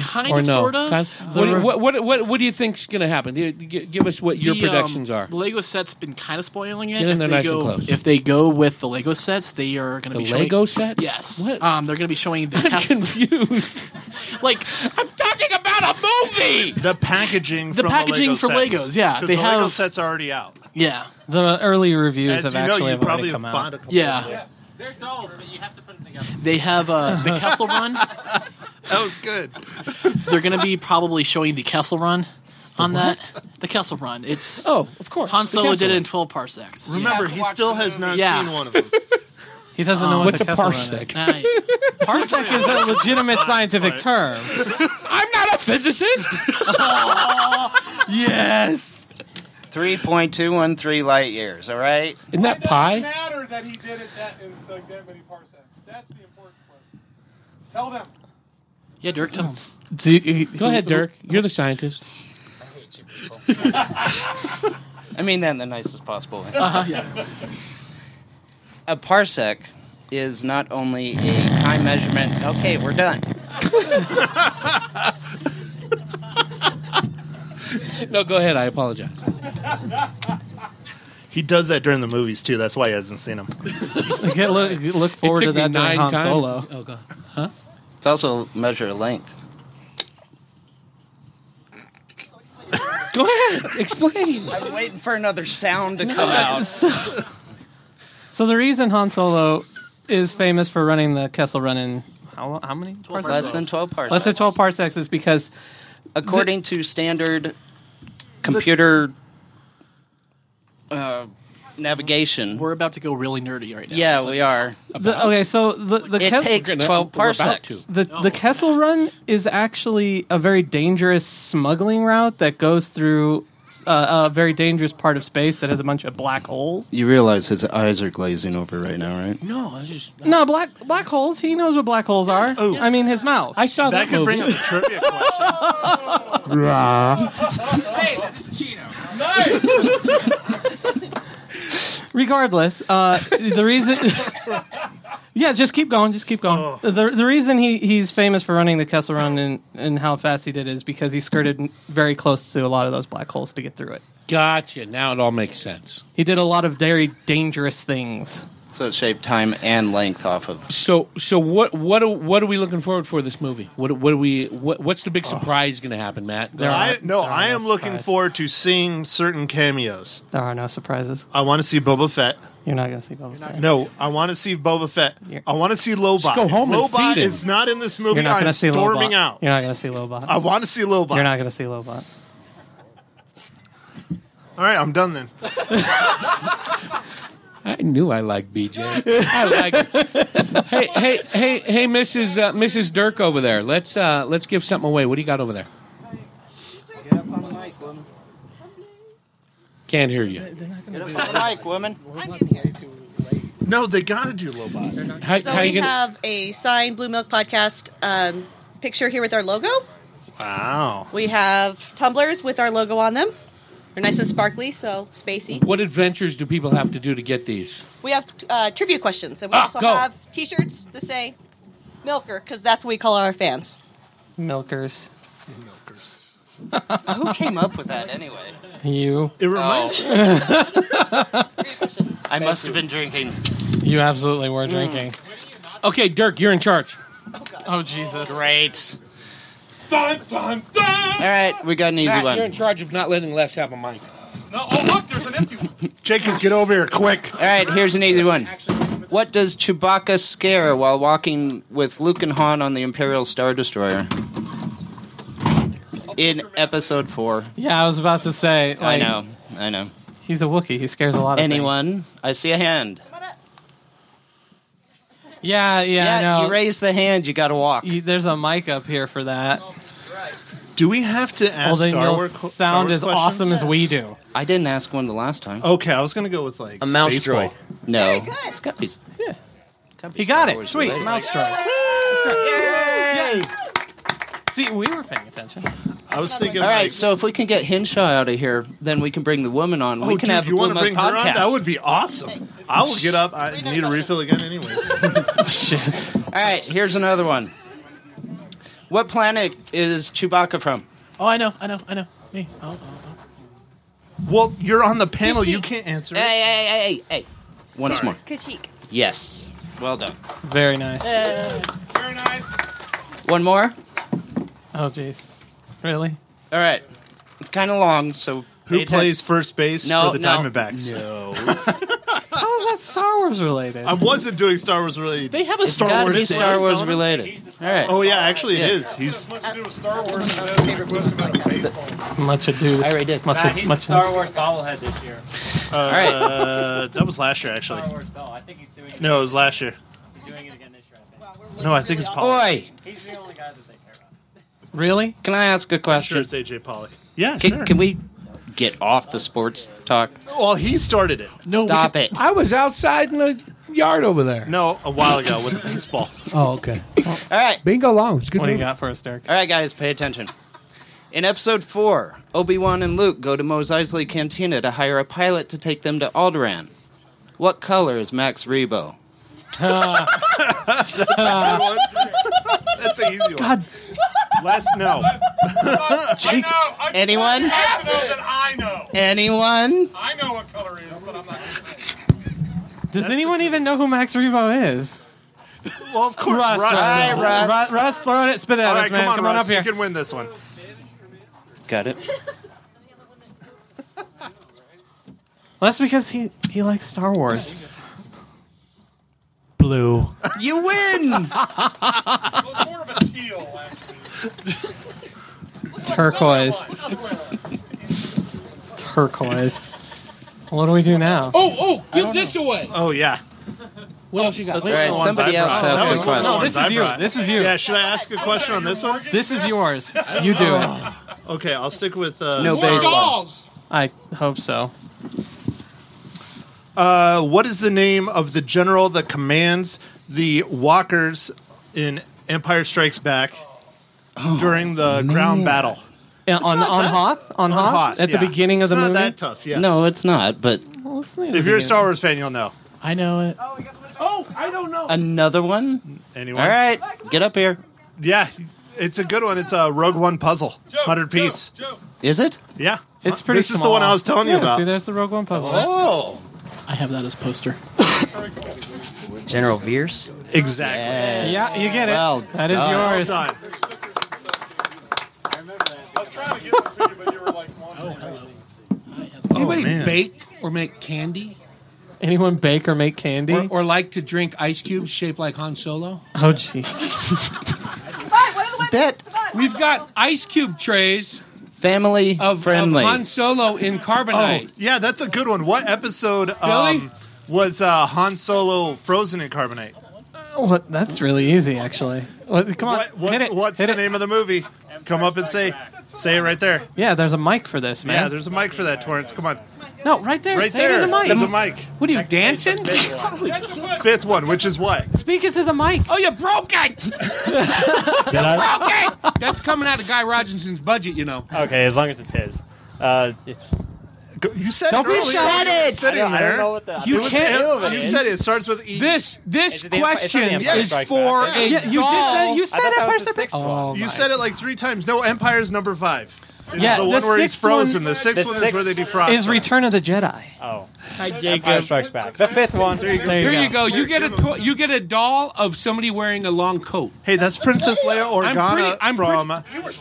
Kind or of, no? sort of. Kind- What, rev- what, what, what, what do you think's going to happen? You- g- Give us what your The, predictions um, are. Lego set's been kind of spoiling it. Get in if, there they nice and go, close. if they go with the Lego sets, they are going The to be Lego showing, sets? Yes, What? um, they're going to be showing the I'm cast, confused. like I'm talking about not a movie. The packaging The from the packaging Lego from sets. Legos, yeah, 'Cause they the Lego have- sets are already out. Yeah. The early reviews As have you know, actually you have already probably come out. bought a couple. Yeah. They're dolls, but you have to put them together. They have uh, the Kessel Run. That was good. They're going to be probably showing the Kessel Run on that. The Kessel Run. It's Oh, of course. Han Solo The did it in Kessel 12 parsecs. Remember, have to he watch still the has not Yeah. seen one of them. He doesn't know Run. What's what the a Kessel Run is. parsec? Night. Parsec is a legitimate scientific term. I'm not a physicist. yes. 3.213 light years, all right? Isn't that It doesn't pie? matter that he did it that in like that many parsecs. That's the important question. Tell them. Yeah, Dirk Tunnels. Go ahead, Dirk. You're the scientist. I mean that in the nicest possible way. Uh-huh, yeah. A parsec is not only a time measurement. Okay, we're done. No, go ahead. I apologize. He does that during the movies too. That's why he hasn't seen them. Get, look, look It forward took to that me nine during Han times. Solo. Oh god. It's also measure of length. Go ahead. Explain. I'm waiting for another sound to come out. So the reason Han Solo is famous for running the Kessel Run in how, lo- how many? parsecs? Less than 12 parsecs. Less than 12 parsecs is because According to standard computer uh, navigation. We're about to go really nerdy right now. yeah, So- we are. the, okay, so the the, It Kes- takes 12 we're about parsecs. to. the, the Kessel Run is actually a very dangerous smuggling route that goes through uh, a very dangerous part of space that has a bunch of black holes. You realize his eyes are glazing over right now, right? No, I was just. No, black black holes. He knows what black holes are. Oh. I mean, his mouth. I saw that, That could movie. bring up a trivia question. Hey, this is Chino. regardless, uh, the reason. yeah, just keep going. Just keep going. Oh. The, the reason he, he's famous for running the Kessel Run and, and how fast he did it is because he skirted very close to a lot of those black holes to get through it. Gotcha. Now it all makes sense. He did a lot of very dangerous things. So it shaved time and length off of. So, so what? What? Are, what are we looking forward for this movie? What? What are we? What, what's the big surprise going to happen, Matt? There are, I, no, there are I am looking surprises. forward to seeing certain cameos. There are no surprises. I want to see Boba Fett. You're not going to see Boba Fett. No, I want to see Boba Fett. You're- I want to see Lobot. Just go home and Lobot feed him. is not in this movie. You're not I'm going to see storming Lobot. out. Oh. You're not going to see Lobot. I want to see Lobot. You're not going to see Lobot. All right, I'm done then. I knew I liked BJ. I like. hey, hey, hey, hey, Mrs. Uh, Mrs. Dirk over there. Let's uh, let's give something away. What do you got over there? Get up on the mic, woman. Can't hear you. Get up on the mic, woman. No, they got to do Lobot. How, So how we you gonna? have a signed Blue Milk Podcast um, picture here with our logo. Wow. We have tumblers with our logo on them. They're nice and sparkly, so spacey. what adventures do people have to do to get these? We have uh, trivia questions, and we Ah, also go. have T-shirts that say "Milker" because that's what we call our fans. Milkers. Who came up with that anyway? Oh. You. It reminds I must have been drinking. Mm. You absolutely were drinking. Okay, Dirk, you're in charge. Oh, Jesus. Great. Dun, dun, dun. All right, we got an easy Matt, one. you're in charge of not letting Les have a mic. No, oh look, there's an empty one. Jacob, get over here quick. All right, here's an easy one. What does Chewbacca scare while walking with Luke and Han on the Imperial Star Destroyer? In episode four. Yeah, I was about to say. Like, I know, I know. He's a Wookiee. He scares a lot of Anyone? I see a hand. things. Yeah, yeah, I Yeah, know. you raise the hand, you gotta walk. You- There's a mic up here for that. Do we have to ask Although Star you'll Wars sound as awesome as we do. I didn't ask one the last Oh. time. Okay, I was gonna go with like a mouse baseball. no. Very good. It's gotta be. Yeah. gotta be He got Star it. Wars Sweet. related. Mouse strike. See, we were paying attention. I was thinking. All right, like, so if we can get Henshaw out of here, then we can bring the woman on. oh, we can dude, have you a want Blue to Mug bring her on? podcast. That would be awesome. I will get up. I need a refill again, anyways. Shit. All right, here's another one. What planet is Chewbacca from? Oh, I know, I know, I know. Me. Oh, oh. well, you're on the panel. You see- You can't answer. Hey, it. hey, hey, hey, hey. Once more. Kashyyyk. Yes. Well done. Very nice. Very nice. One more. Oh, jeez. Really? All right. It's kind of long, so. Who pay atten- plays first base No, for the no. Diamondbacks? How is that Star Wars related? I wasn't doing Star Wars related. They have a Star Gotta be Wars. Day. Star Wars related. All right. Oh yeah, actually Yeah. it is. He's Much to do with Star Wars as it has with about baseball. much ado. I already did. Much, Nah, he's a much Star Wars gobblehead this year. uh, right. uh, that was last year actually. Star Wars, no, I think he's doing it, No, it was last year. he's doing it again this year. I think. No, I think it's Polly. Oi! He's the only guy that they care about. Really? Can I ask a I'm sure question? it's AJ Polly. Yeah, Can, sure. can we get off the sports talk? well, he started it. No, we Stop it. I was outside in the yard over there. No, a while ago with the baseball. Oh, okay. All right. Bingo Lounge. Good What do you movie. got for us, Derek? All right, guys, pay attention. In episode four, Obi Wan and Luke go to Mos Eisley Cantina to hire a pilot to take them to Alderaan. What color is Max Rebo? That's an easy one. God. Less no. I know. I Anyone? I know that I know. Anyone? I know what color it is, but I'm not. Does anyone even know who Max Rebo is? Well, of course, Russ. Russ. Hi, knows. Russ. Russ, Russ throw it, spit it All at right, us, man. come on, Russ. up here. You can win this one. Got it. Well, that's because he he likes Star Wars. Blue. You win! Well, it's more of a teal, actually. Turquoise. Turquoise. What do we do now? Oh, oh, give this away. Oh yeah. What else you got? All right, ones somebody I else brought. ask That was a one of the No, question. ones Oh, this I is you. brought. This is you. Yeah. Should I ask a question on this one? This is yours. You do it. Okay, I'll stick with uh, No Star baseball. Wars. I hope so. Uh, what is the name of the general that commands the walkers in Empire Strikes Back Oh, during the ground battle? Yeah, on not on that- Hoth? On, Hoth? Hoth, At the yeah. beginning of It's the not movie? that tough, yes. No, it's not, but Well, it's not at the If you're a beginning. Star Wars fan, you'll know. I know it. another one? Anyone? All right, get up here. Yeah, it's a good one. It's a Rogue One puzzle, hundred piece. Joke. Is it? Yeah, It's pretty This is the one small. I was telling you Yeah, about. See, there's the Rogue One puzzle. oh, I have that as poster. General Veers? exactly. Yeah, you get it. Well that is done. yours. Done. I was trying to get it to you, but you were like, one. Oh, Anybody man. bake or make candy Anyone bake or make candy? or, or like to drink ice cubes shaped like Han Solo? oh, jeez. That We've got ice cube trays family of, of friendly. Han Solo in carbonite. Yeah, that's a good one. What episode Billy? um, was uh, Han Solo frozen in carbonate? What? That's really easy, actually. What, come on, What, what, hit it. What's hit the it. name of the movie? Come up and say, say it right there. Yeah, there's a mic for this, Yeah, man. there's a mic for that, Torrance. Come on, no, right there. right Say it there. to the mic. There's a mic. What are you dancing? Fifth one, which is what? Speak it to the mic. Oh, you broke it! you broke it! That's coming out of Guy Rogerson's budget, you know. Okay, as long as it's his. Uh, it's, Go- You said Don't it be earlier. shy. It was I, Sitting don't, I don't know there. what the. You I don't can't- know what the name You of it said is. it starts with E. This this Is it the Empire- it's not the question Empire is Strikes for Back. a Yeah, you doll. Oh, did say you I said thought that Empire was the sixth Oh, one. You my. said it like three times. No, Empire's number five. It's Yeah, the one the where he's sixth frozen. one- the sixth The one sixth is where they defrost. Is him. Return of the Jedi. Oh, Hi, Empire Jacob. Strikes Back. The fifth one. There you Here you go. go. You get a to- you get a doll of somebody wearing a long coat. Hey, that's Princess Leia I'm Organa pretty- I'm from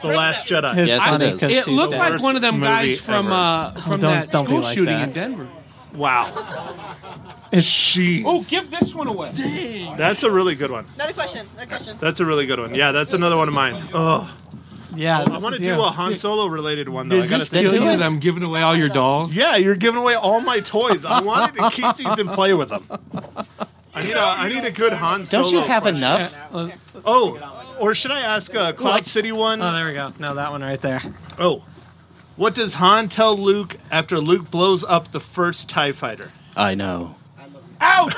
The Last Jedi. It's Yes, it funny is. 'cause It she's looked dead. like one of them Worst movie guys from ever. uh, from Oh, don't- that don't be school like shooting that. in Denver. Wow. It's- Jeez. Oh, give this one away. That's a really good one. Another question. Another question. That's a really good one. Yeah, that's another one of mine. Oh, Yeah, I want this to uh, is you. do a Han Solo related one though. I gotta That think. do dude it? that I'm giving away all your dolls. Yeah, you're giving away all my toys. I wanted to keep these and play with them. I need a I need a good Han Solo. Don't you have question. enough? Oh, or should I ask a Cloud City one? Oh, there we go. No, that one right there. oh, what does Han tell Luke after Luke blows up the first Tie Fighter? I know. Ouch!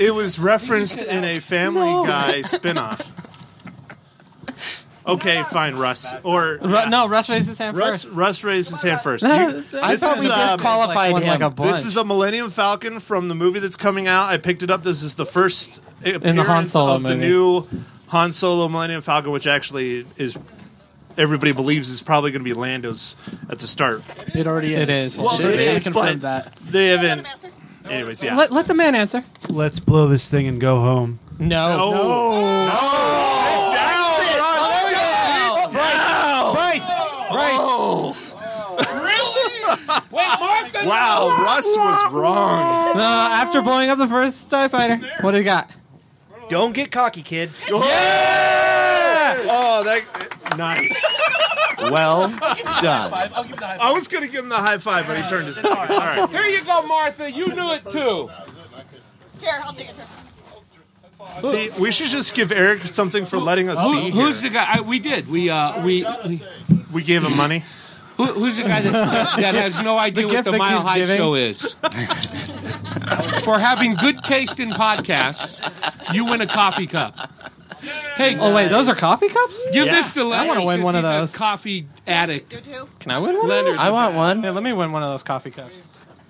It was referenced in a Family Guy spinoff. Okay, fine, Russ. Or Ru- yeah. No, Russ raised his hand Russ, first. Russ raised his hand first. You- I this thought is, we um, disqualified like one him. like a This is a Millennium Falcon from the movie that's coming out. I picked it up. This is the first appearance the Han Solo of the movie. new Han Solo Millennium Falcon, which actually is everybody believes is probably going to be Lando's at the start. It already is. It is. Well, Well, it they is, confirmed but- that. They haven't. Anyways, yeah. let, let the man answer. Let's blow this thing and go home. No. No. No. Sit down, Russ. Sit down. Wow, Russ was wrong. Uh, after blowing up the first Tie Fighter, what do you got? Don't get cocky, kid. Yeah! Oh, that nice. Well I was going to give him the high five, but he turned his back. All right. Here you go, Martha. You knew it too. Here, I'll take it. See, we should just give Eric something for letting us Who, be here. who's the guy? I, we did. We uh, we we, we gave him money. Who, who's the guy that, that has no idea The what gift the that Mile keeps High giving. Show is? For having good taste in podcasts, you win a coffee cup. Hey, Oh, wait, those are coffee cups? Give Yeah. this to I Leonard. wanna win 'cause one of he's a those. coffee addict. Can I win one? Leonard. I want one. Yeah, let me win one of those coffee cups.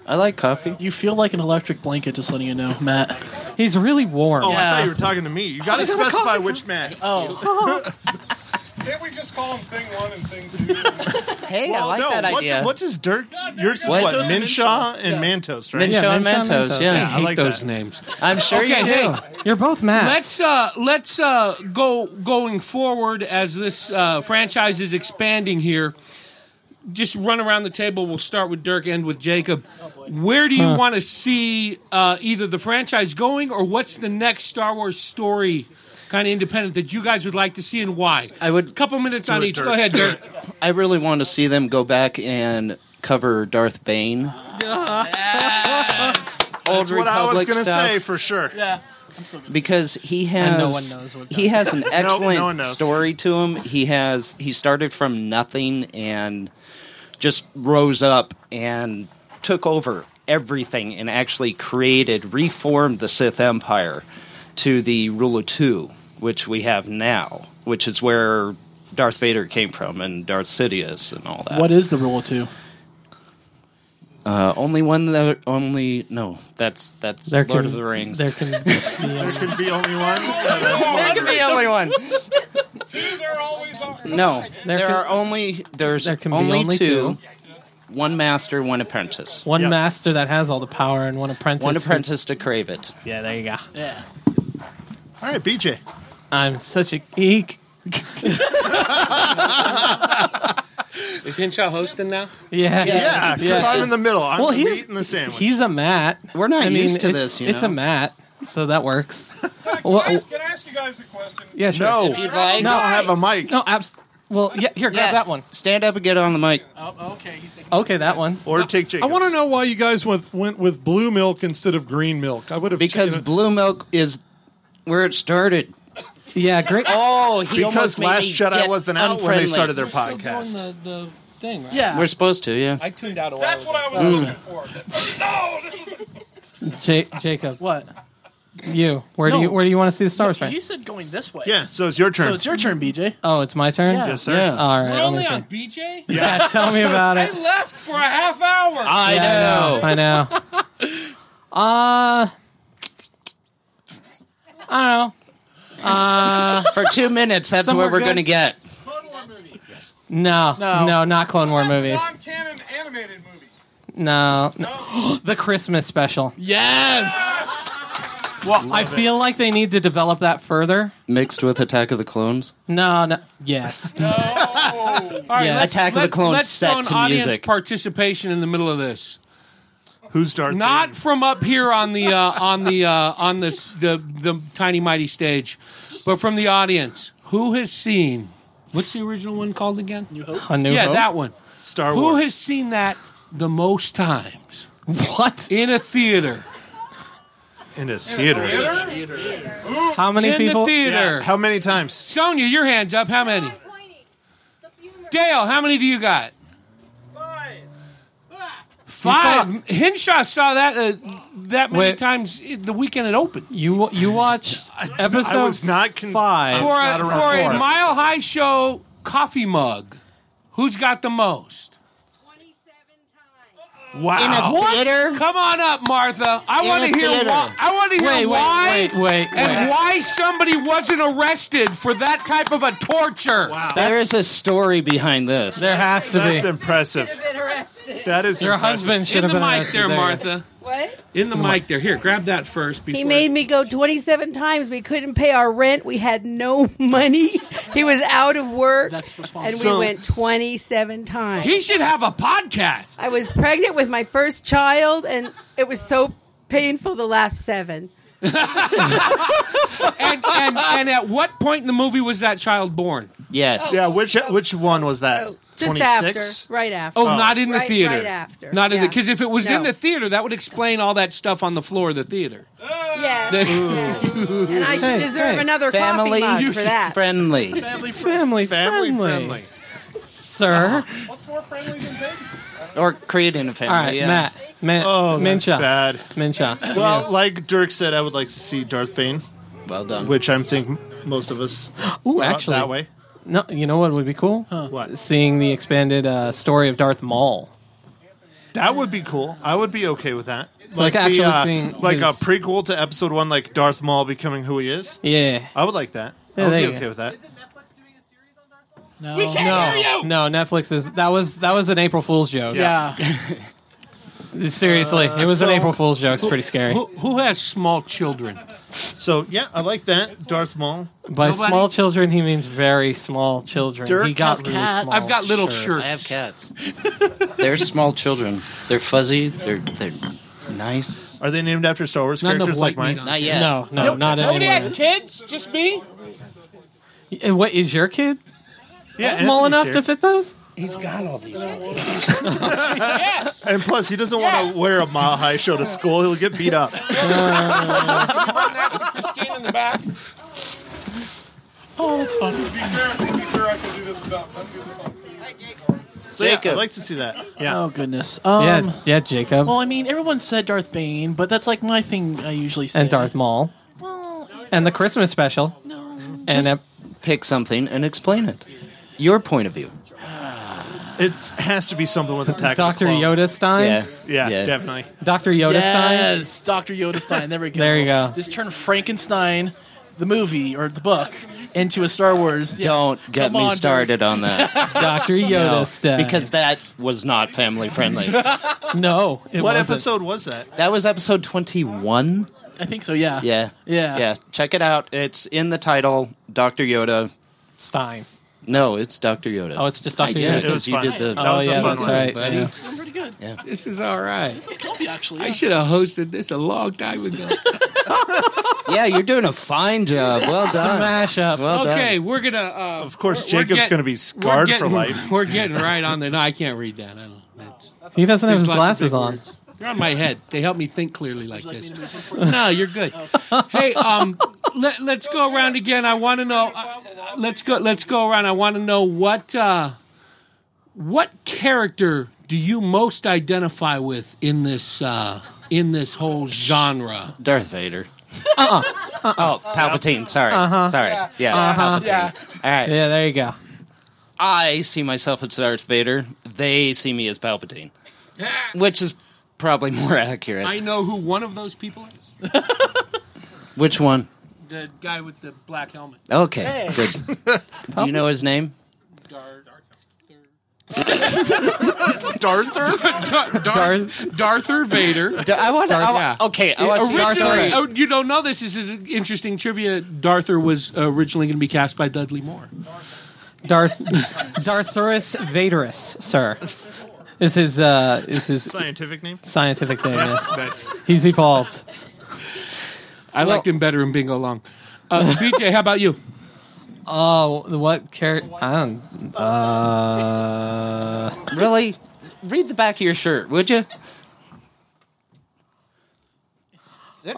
I like coffee. You feel like an electric blanket, just letting you know, Matt. He's really warm. Oh, I thought you were talking to me. You got to specify which man. Oh. Can't we just call him Thing One and Thing Two? Hey, Well, no, what, What does Dirk? Yours is What? what? Mentos and Minshaw Mentos. and Yeah. Mantos, right? Minshaw Yeah, and Minshaw and Mentos, Mentos. yeah. I Hate like those that. names. I'm sure Okay, you do. hey. You're both mad. Let's uh, let's uh, go going forward as this uh, franchise is expanding here. Just run around the table. We'll start with Dirk, end with Jacob. Where do you Huh. want to see uh, either the franchise going, or what's the next Star Wars story, kind of independent that you guys would like to see, and why? I would. Couple minutes on each. Go ahead, Dirk. I really want to see them go back and cover Darth Bane. That's what I was Republic gonna stuff. say for sure. Yeah. because he has And no one knows what he has an No, excellent no one knows. story to him. He has he started from nothing and just rose up and took over everything and actually created reformed the Sith Empire to the rule of two, which we have now, which is where Darth Vader came from and Darth Sidious and all that. What is the rule of two? Uh, only one that only no. That's that's There Lord can- of the Rings. there can There can be only one. There can be only one. No, there, can- are only there's there can be only, only two. One master, one apprentice. One master that has all the power and one apprentice. One who- apprentice to crave it. Yeah, there you go. Yeah. All right, BJ. I'm such a geek. Is Hinshaw hosting now? Yeah, Yeah, 'cause I'm in the middle. I'm the meat and the sandwich. He's a Matt. We're not I mean, used to it's- this, you it's know. a Matt, so that works. Can Well, oh, I, ask, can I ask you guys a question? yeah, sure. No. If you'd like. no, I have a mic. No, abs. Well, yeah, here, grab Yeah. that one. Stand up and get on the mic. Okay, that one. Or take I want to know why you guys went went with blue milk instead of green milk. I would have Because blue milk is where it started. Yeah, great. Oh, he because almost made Last me Jedi get wasn't out when unfriendly. they started their podcast. The, the thing, right? We're supposed to, yeah. I tuned out a while. That's what I was looking for. Ja- Jacob. What? You. Where do No. you Where do you want to see the Star Wars? He Right? said going this way. Yeah, so it's your turn. So it's your turn, BJ. Oh, it's my turn. Yeah. Yes, sir. Yeah. Uh, All right, We're let only me see. on BJ. Yeah, tell me about it. I left for a half hour. Yeah, I know. I know. Uh, I don't know. Uh, For two minutes, that's Somewhere where we're good. going to get. no, No. no, not Clone War movies. Canon animated movie. No, no. the Christmas special. Yes. Well, I feel like they need to develop that further. Mixed with Attack of the Clones. No, no, yes. All right, Yeah. let's, Attack of the let- Clones let's set throw to an audience music. participation in the middle of this. Who's Darth? Not from up here on the uh, on the uh, on this the the tiny mighty stage, but from the audience. Who has seen? What's the original one called again? New Hope. A New yeah, Hope? that one. Star Who Wars. has seen that the most times? What in a theater? In a theater. How many in The people- theater. Yeah, How many times? Sonia, your hands up. How many? Dale, how many do you got? Five. Five. Henshaw saw that uh, that many Wait. times the weekend it opened. You you watched episode I was not con- five for a, for a mile high show coffee mug. Who's got the most? Wow. What? Come on up, Martha. I In want a to hear theater. why. I want to hear Wait, wait, why wait, wait, and wait. why somebody wasn't arrested for that type of a torture. Wow. There is a story behind this. There has to be. That's impressive. That is Your impressive. husband should have been arrested. There you go. What? in the mic there. Here, grab that first. Before He made me go 27 times. We couldn't pay our rent. We had no money. He was out of work. and we So- went 27 times. He should have a podcast. I was pregnant with my first child, and it was so painful the last seven. and, and, and at what point in the movie was that child born? Yes. Yeah, which which one was that? Just after. Right after. Oh, not in the Right- theater. Right after. Not in the Yeah. because if it was in No. the theater, that would explain all that stuff on the floor of the theater. Yeah. And I should Hey, deserve hey. another coffee Family mug for usage that. Friendly. Family, family, Family friendly, friendly. sir. Or creating a family. All right, yeah. Matt. Man, Oh, that's Mincha. bad. Mincha. Well, like Dirk said, I would like to see Darth Bane. Well done. Which I am think most of us. Ooh, are actually, that way. No, you know what would be cool? What? Seeing the expanded uh, story of Darth Maul. That would be cool. I would be okay with that. Like the, actually uh, seeing like his- a prequel to Episode One, like Darth Maul becoming who he is. Yeah, I would like that. Yeah, I would there be you okay go. with that. No, We can't hear you! no, Netflix is that was that was an April Fool's joke. Yeah. Seriously, it was Uh, an so- April Fool's joke. It's pretty scary. Who, who has small children? So yeah, I like that. Darth Maul. By Nobody- small children, he means very small children. Dirk he got has really cats. small. I've got little I have cats. They're small children. They're fuzzy. They're they're nice. Are they named after Star Wars Not enough characters like white mine? meat on Not yet. No, no, Nope. not Nobody anyone. has kids. Just me. And uh, what is your kid? Yeah, small Anthony's enough here. to fit those. He's got all these. And plus, he doesn't want to wear a mile high show to school. He'll get beat up. Christine in the back. Oh, that's fun. To be fair, to be fair, I can do this without. Let's do this on. So yeah, Jacob. I'd like to see that. Yeah. Oh goodness. Um, yeah, yeah, Jacob Well, I mean, everyone said Darth Bane, but that's like my thing. I usually say and Darth Maul, and the Christmas special. And And Just pick something and explain it. Your point of view. It has to be something with attack. of the Dr. Clones. Yoda Stein? Yeah. Yeah, Yeah. definitely. Dr. Yoda Stein. Yes, Doctor Yoda Stein. There we go. There you go. Just turn Frankenstein, the movie or the book, into a Star Wars. Yes. Don't get Come me on, dude. started on that. Dr. Yoda Stein. Because that was not family friendly. No. It what wasn't. episode was that? That was episode 21. I think so. Yeah. Yeah. Yeah. Yeah. Check it out. It's in the title Dr. Yoda. Stein. No, it's Dr. Yoda. Oh, it's just Dr. I did Yoda. it It was 'cause you fun. did the. That was a Oh, yeah, fun that's one, right, buddy. yeah. I'm pretty good. This is all right. This is comfy, actually. I yeah. should have hosted this a long time ago. yeah, you're doing a fine job. Well done. Smash up. Well done. okay, we're gonna. Uh, of course, Jacob's gonna be scarred for life. We're getting right on the. No, I can't read that. I don't. That's, He doesn't have There's his lots of glasses big on. words. They're on my head. They help me think clearly like this. no, you're good. hey, um, let, let's go around again. I want to know. Uh, let's go. Let's go around. I want to know what uh, what character do you most identify with in this uh, in this whole genre? Darth Vader. Uh-uh. Oh, Palpatine. Sorry. Uh-huh. Sorry. Yeah. Uh-huh. Palpatine. All right. Yeah, there you go. I see myself as Darth Vader. They see me as Palpatine, which is probably more accurate. I know who one of those people is. Which one? The guy with the black helmet. Okay. Good. Do you know his name? Darther? Darth, Darther Vader. I want to. Okay, I wanna see Darth Originally- Vader. oh, you don't know this. This is an interesting trivia. Darther was originally going to be cast by Dudley Moore. Darth Darthurus Vaderus, sir. Is his uh is his Scientific name? Scientific name, yes. Nice. He's evolved. I liked him better in Bingo Long. Uh, BJ, how about you? Oh, what character? I don't. Uh, really? Read the back of your shirt, would you?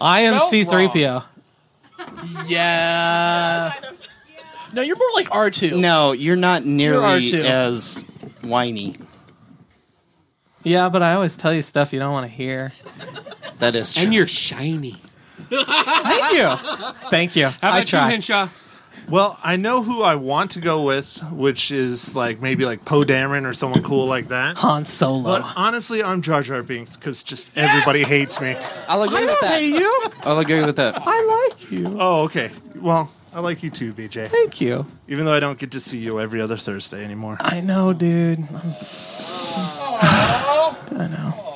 I am C3PO. Yeah. No, you're more like R two. No, you're not nearly R2. as whiny. Yeah, but I always tell you stuff you don't want to hear. That is true. And you're shiny. Thank you. Thank you. How about I you, try. Henshaw? Well, I know who I want to go with, which is like maybe like Poe Dameron or someone cool like that. Han Solo. But honestly, I'm Jar Jar Binks because just everybody hates me. I'll agree with that. you. I'll agree with that. I like you. Oh, okay. Well, I like you too, BJ. Thank you. Even though I don't get to see you every other Thursday anymore. I know, dude. I'm- I know.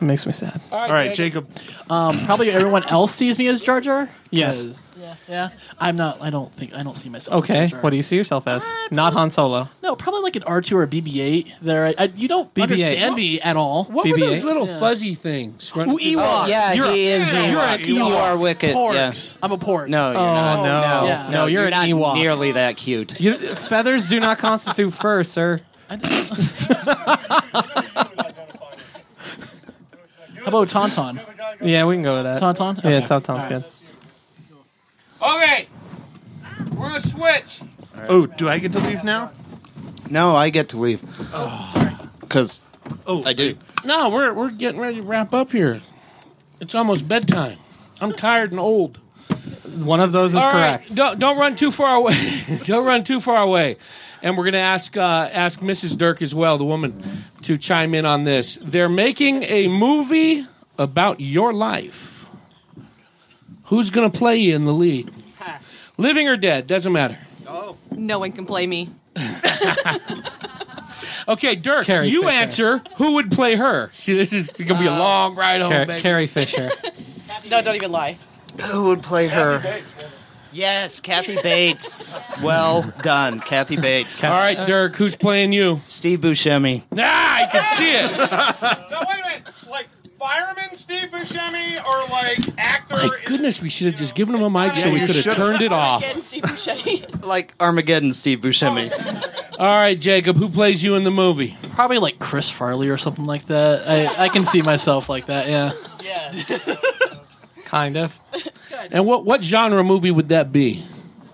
It makes me sad. All right, All right, Jacob. Um, probably everyone else sees me as Jar Jar. Yes. 'cause- Yeah, yeah. I'm not. I don't think. I don't see myself. Okay. As Jar Jar. What do you see yourself Uh, as? Not Han Solo. No, probably like an R2 or a BB-8. There, I, I, you don't BB-8. understand me at all. What were those BB-8? little fuzzy things? running through the- Oh, yeah, you're he a, is You're Ewok. an Ewok. You are wicked, Porgs. yeah. I'm a porg. No, you're not. Oh, no. Yeah. No, you're an not Ewok. nearly that cute. You, feathers do not constitute fur, sir. How about Tauntaun? Yeah, we can go with that. Tauntaun? Yeah, Okay. Tauntaun's All right. good. Okay, we're gonna switch. Oh, do I get to leave now? No, I get to leave. Because oh, I do. No, we're we're getting ready to wrap up here. It's almost bedtime. I'm tired and old. One of those is All right, correct. Don't don't run too far away. don't run too far away. And we're going to ask uh, ask Mrs. Dirk as well, the woman, to chime in on this. They're making a movie about your life. Who's going to play you in the lead? Living or dead, doesn't matter. No one can play me. Okay, Dirk, Carrie you Fisher. answer. Who would play her? See, this is going to be a long ride home. Car- baby. Carrie Fisher. No, don't even lie. Who would play her? Yes, Kathy Bates. Well done, Kathy Bates. All right, Dirk, who's playing you? Steve Buscemi. Nah, I can see it. now wait a minute, like fireman Steve Buscemi or like actor? My goodness, we should have just given him a mic so Yeah, we you could have should've. turned it off. Like Armageddon, Steve Buscemi. All right, Jacob, who plays you in the movie? Probably like Chris Farley or something like that. I, I can see myself like that. Yeah. kind of. And what what genre movie would that be?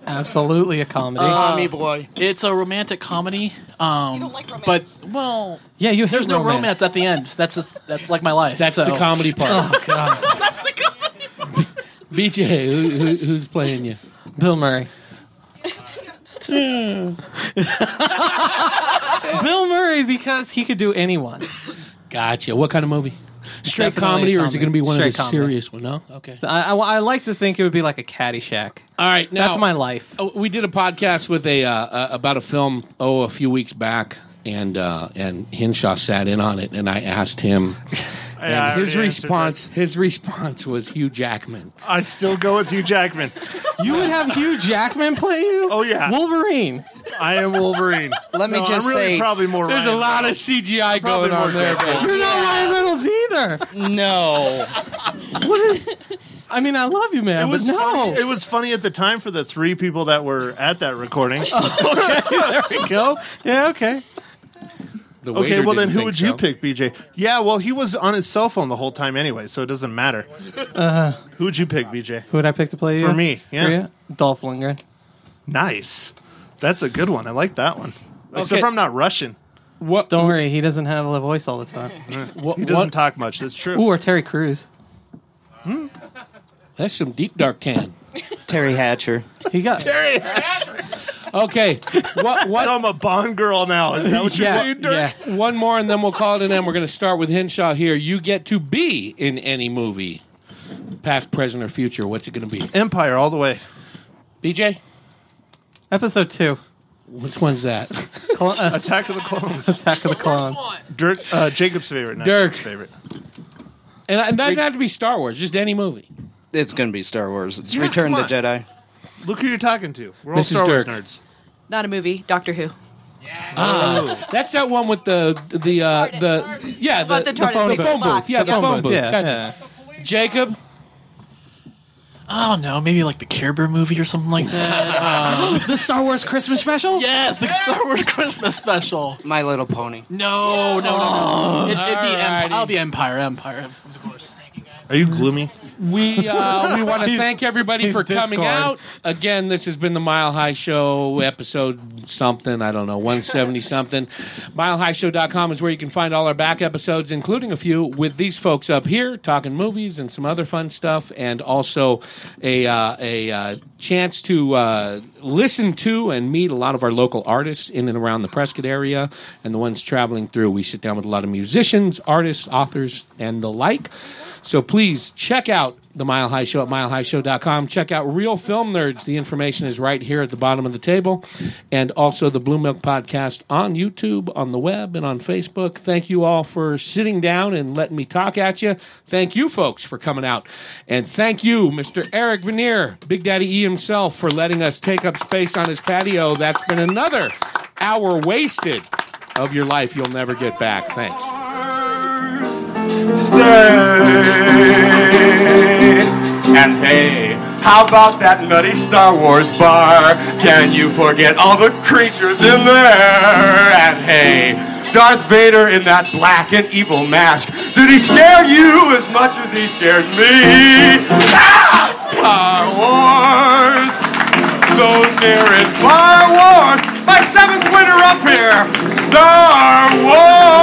Absolutely a comedy. Uh, boy. It's a romantic comedy. Um, you don't like romance. But well, yeah, you. hate There's no romance. romance at the end. That's just, that's like my life. That's so. the comedy part. Oh God. BJ, who, who, who's playing you? Bill Murray. Bill Murray because he could do anyone. Gotcha. What kind of movie? Straight comedy, Definitely or is it going to be one Straight of the comedy. serious one? No. Okay. So I, I- I like to think it would be like a Caddyshack. All right. Now, That's my life. Oh, We did a podcast with a uh, uh, about a film oh a few weeks back, and uh, and Hinshaw sat in on it, and I asked him. And I his already answered response, his response was Hugh Jackman. I still go with Hugh Jackman. You would have Hugh Jackman play you? Oh yeah, Wolverine. I am Wolverine. Let me No, just I'm really say, probably more. There's Ryan a lot of Reynolds. CGI Probably going on more there. Jackman. babe. You're not Ryan Reynolds either. No. What is? I mean, I love you, man. Oh, It was but no. funny. It was funny at the time for the three people that were at that recording. there we go. Yeah. Okay. The okay, waiter well then, didn't who think would so. you pick, BJ? Yeah, well, he was on his cell phone the whole time anyway, so it doesn't matter. Uh-huh. Uh, Who would you pick, BJ? who would I pick to play you? For me, yeah. For you? Dolph Lundgren. Nice. That's a good one. I like that one. Except Okay. for I'm not Russian. What? Don't worry, he doesn't have a voice all the time. he doesn't talk much. That's true. Ooh, or Terry Crews. That's some deep dark tan. Terry Hatcher. He got Terry. Okay. What? What? So I'm a Bond girl now. Is that what you're Yeah, saying, Dirk? One more, and then we'll call it an end. We're going to start with Henshaw here. You get to be in any movie, past, present, or future. What's it going to be? Empire all the way. BJ, Episode two. which one's that? Clone, uh, Attack of the Clones. Attack of the Clone. Dirk, uh, Jacob's favorite. Not Dirk. Dirk's favorite. And, and that had to be Star Wars, just any movie. It's going to be Star Wars. It's Yeah, Return come of the Jedi. Look who you're talking to. We're all Mrs. Star Wars Dirk. nerds. Not a movie. Doctor Who. Ah, that's that one with the the uh, the yeah the, About the TARDIS phone, big phone box. booth. Yeah, the Yeah. phone booth. Yeah, Gotcha. Jacob, I don't know. Maybe like the Care Bear movie or something like that. Um, the Star Wars Christmas special. yes, the Star Wars Christmas special. My Little Pony. No, no, no, no. It, it'd Oh. be Alrighty. Empire. I'll be Empire. Empire, of course. Are you gloomy? we uh, we want to He's- thank everybody he's for coming Discord. out. Again, this has been the Mile High Show episode something, I don't know, 170 something. MileHighShow.com is where you can find all our back episodes, including a few with these folks up here talking movies and some other fun stuff, and also a, uh, a uh, chance to uh, listen to and meet a lot of our local artists in and around the Prescott area and the ones traveling through. We sit down with a lot of musicians, artists, authors, and the like. So please check out the Mile High Show at milehighshow.com. Check out Real Film Nerds. The information is right here at the bottom of the table. And also the Blue Milk Podcast on YouTube, on the web, and on Facebook. Thank you all for sitting down and letting me talk at you. Thank you, folks, for coming out. And thank you, Mr. Eric Veneer, Big Daddy E himself, for letting us take up space on his patio. That's been another hour wasted of your life you'll never get back. Thanks. Stay and hey, how about that nutty Star Wars bar? Can you forget all the creatures in there? And hey, Darth Vader in that black and evil mask. Did he scare you as much as he scared me? Ah, Star Wars, those near and far warned. My seventh winter up here, Star Wars.